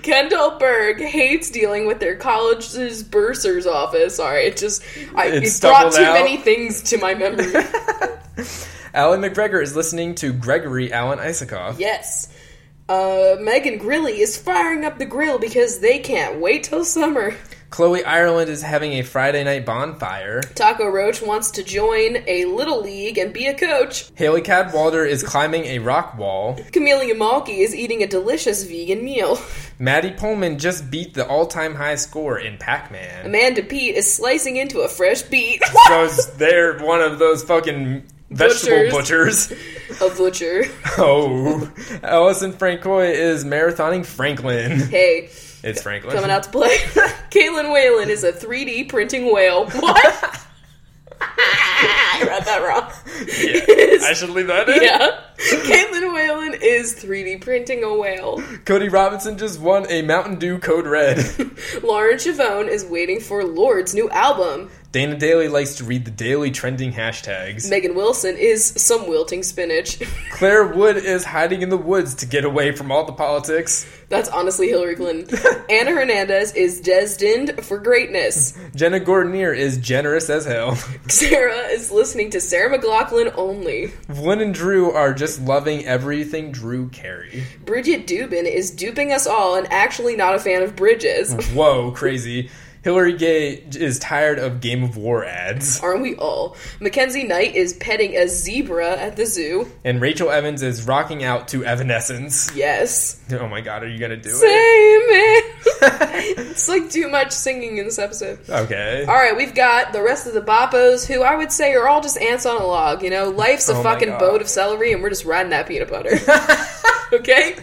Kendall Berg hates dealing with their college's bursar's office. Sorry, it just I,
It
it, brought
stumbled
too
out.
many things to my memory.
Alan McGregor is listening to Gregory Alan Isakoff.
yes. Uh, Megan Grilly is firing up the grill because they can't wait till summer.
Chloe Ireland is having a Friday night bonfire.
Taco Roach wants to join a little league and be a coach.
Haley Cadwalder is climbing a rock wall.
Camelia Malky is eating a delicious vegan meal.
Maddie Pullman just beat the all-time high score in Pac-Man.
Amanda Pete is slicing into a fresh beet.
So they're one of those fucking vegetable butchers.
a butcher.
Oh, Allison Francois is marathoning Franklin.
Hey,
It's Franklin.
coming out to play. Caitlin Whalen is a 3D printing whale. What? I read that wrong.
Yeah. I should leave that in.
Yeah. Caitlin Whalen is 3D printing a whale.
Cody Robinson just won a Mountain Dew Code Red.
Lauren Chavone is waiting for Lord's new album.
Dana Daly likes to read the daily trending hashtags.
Megan Wilson is some wilting spinach.
Claire Wood is hiding in the woods to get away from all the politics.
That's honestly Hillary Clinton. Anna Hernandez is destined for greatness.
Jenna Gordonier is generous as hell.
Sarah is listening to Sarah McLaughlin only.
Lynn and Drew are just loving everything Drew Carey.
Bridget Dubin is duping us all and actually not a fan of bridges.
Whoa, crazy. Hillary Gay is tired of Game of War ads.
Aren't we all? Mackenzie Knight is petting a zebra at the zoo.
And Rachel Evans is rocking out to Evanescence.
Yes.
Oh my god, are you gonna do
Same
it?
it's like too much singing in this episode.
Okay.
All right, we've got the rest of the boppos, who I would say are all just ants on a log. You know, life's a
Oh my
fucking
God.
boat of celery, and we're just riding that peanut butter. okay,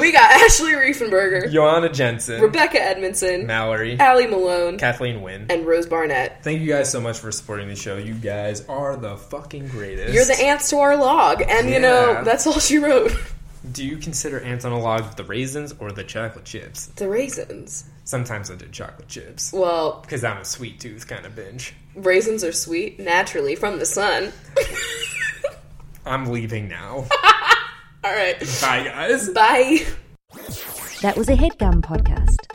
we got Ashley Riefenberger,
Joanna Jensen,
Rebecca Edmondson,
Mallory,
Allie Malone,
Kathleen Wynn.
and Rose Barnett.
Thank you guys so much for supporting the show. You guys are the fucking greatest.
You're the ants to our log, and you know
Yeah.
that's all she wrote.
Do you consider ants on a log the raisins or the chocolate chips?
The raisins.
Sometimes I do chocolate chips
Well,
because I'm a sweet tooth kind of bitch.
raisins are sweet naturally from the sun.
I'm leaving now.
all right,
Bye, guys.
bye.
That was a headgum podcast.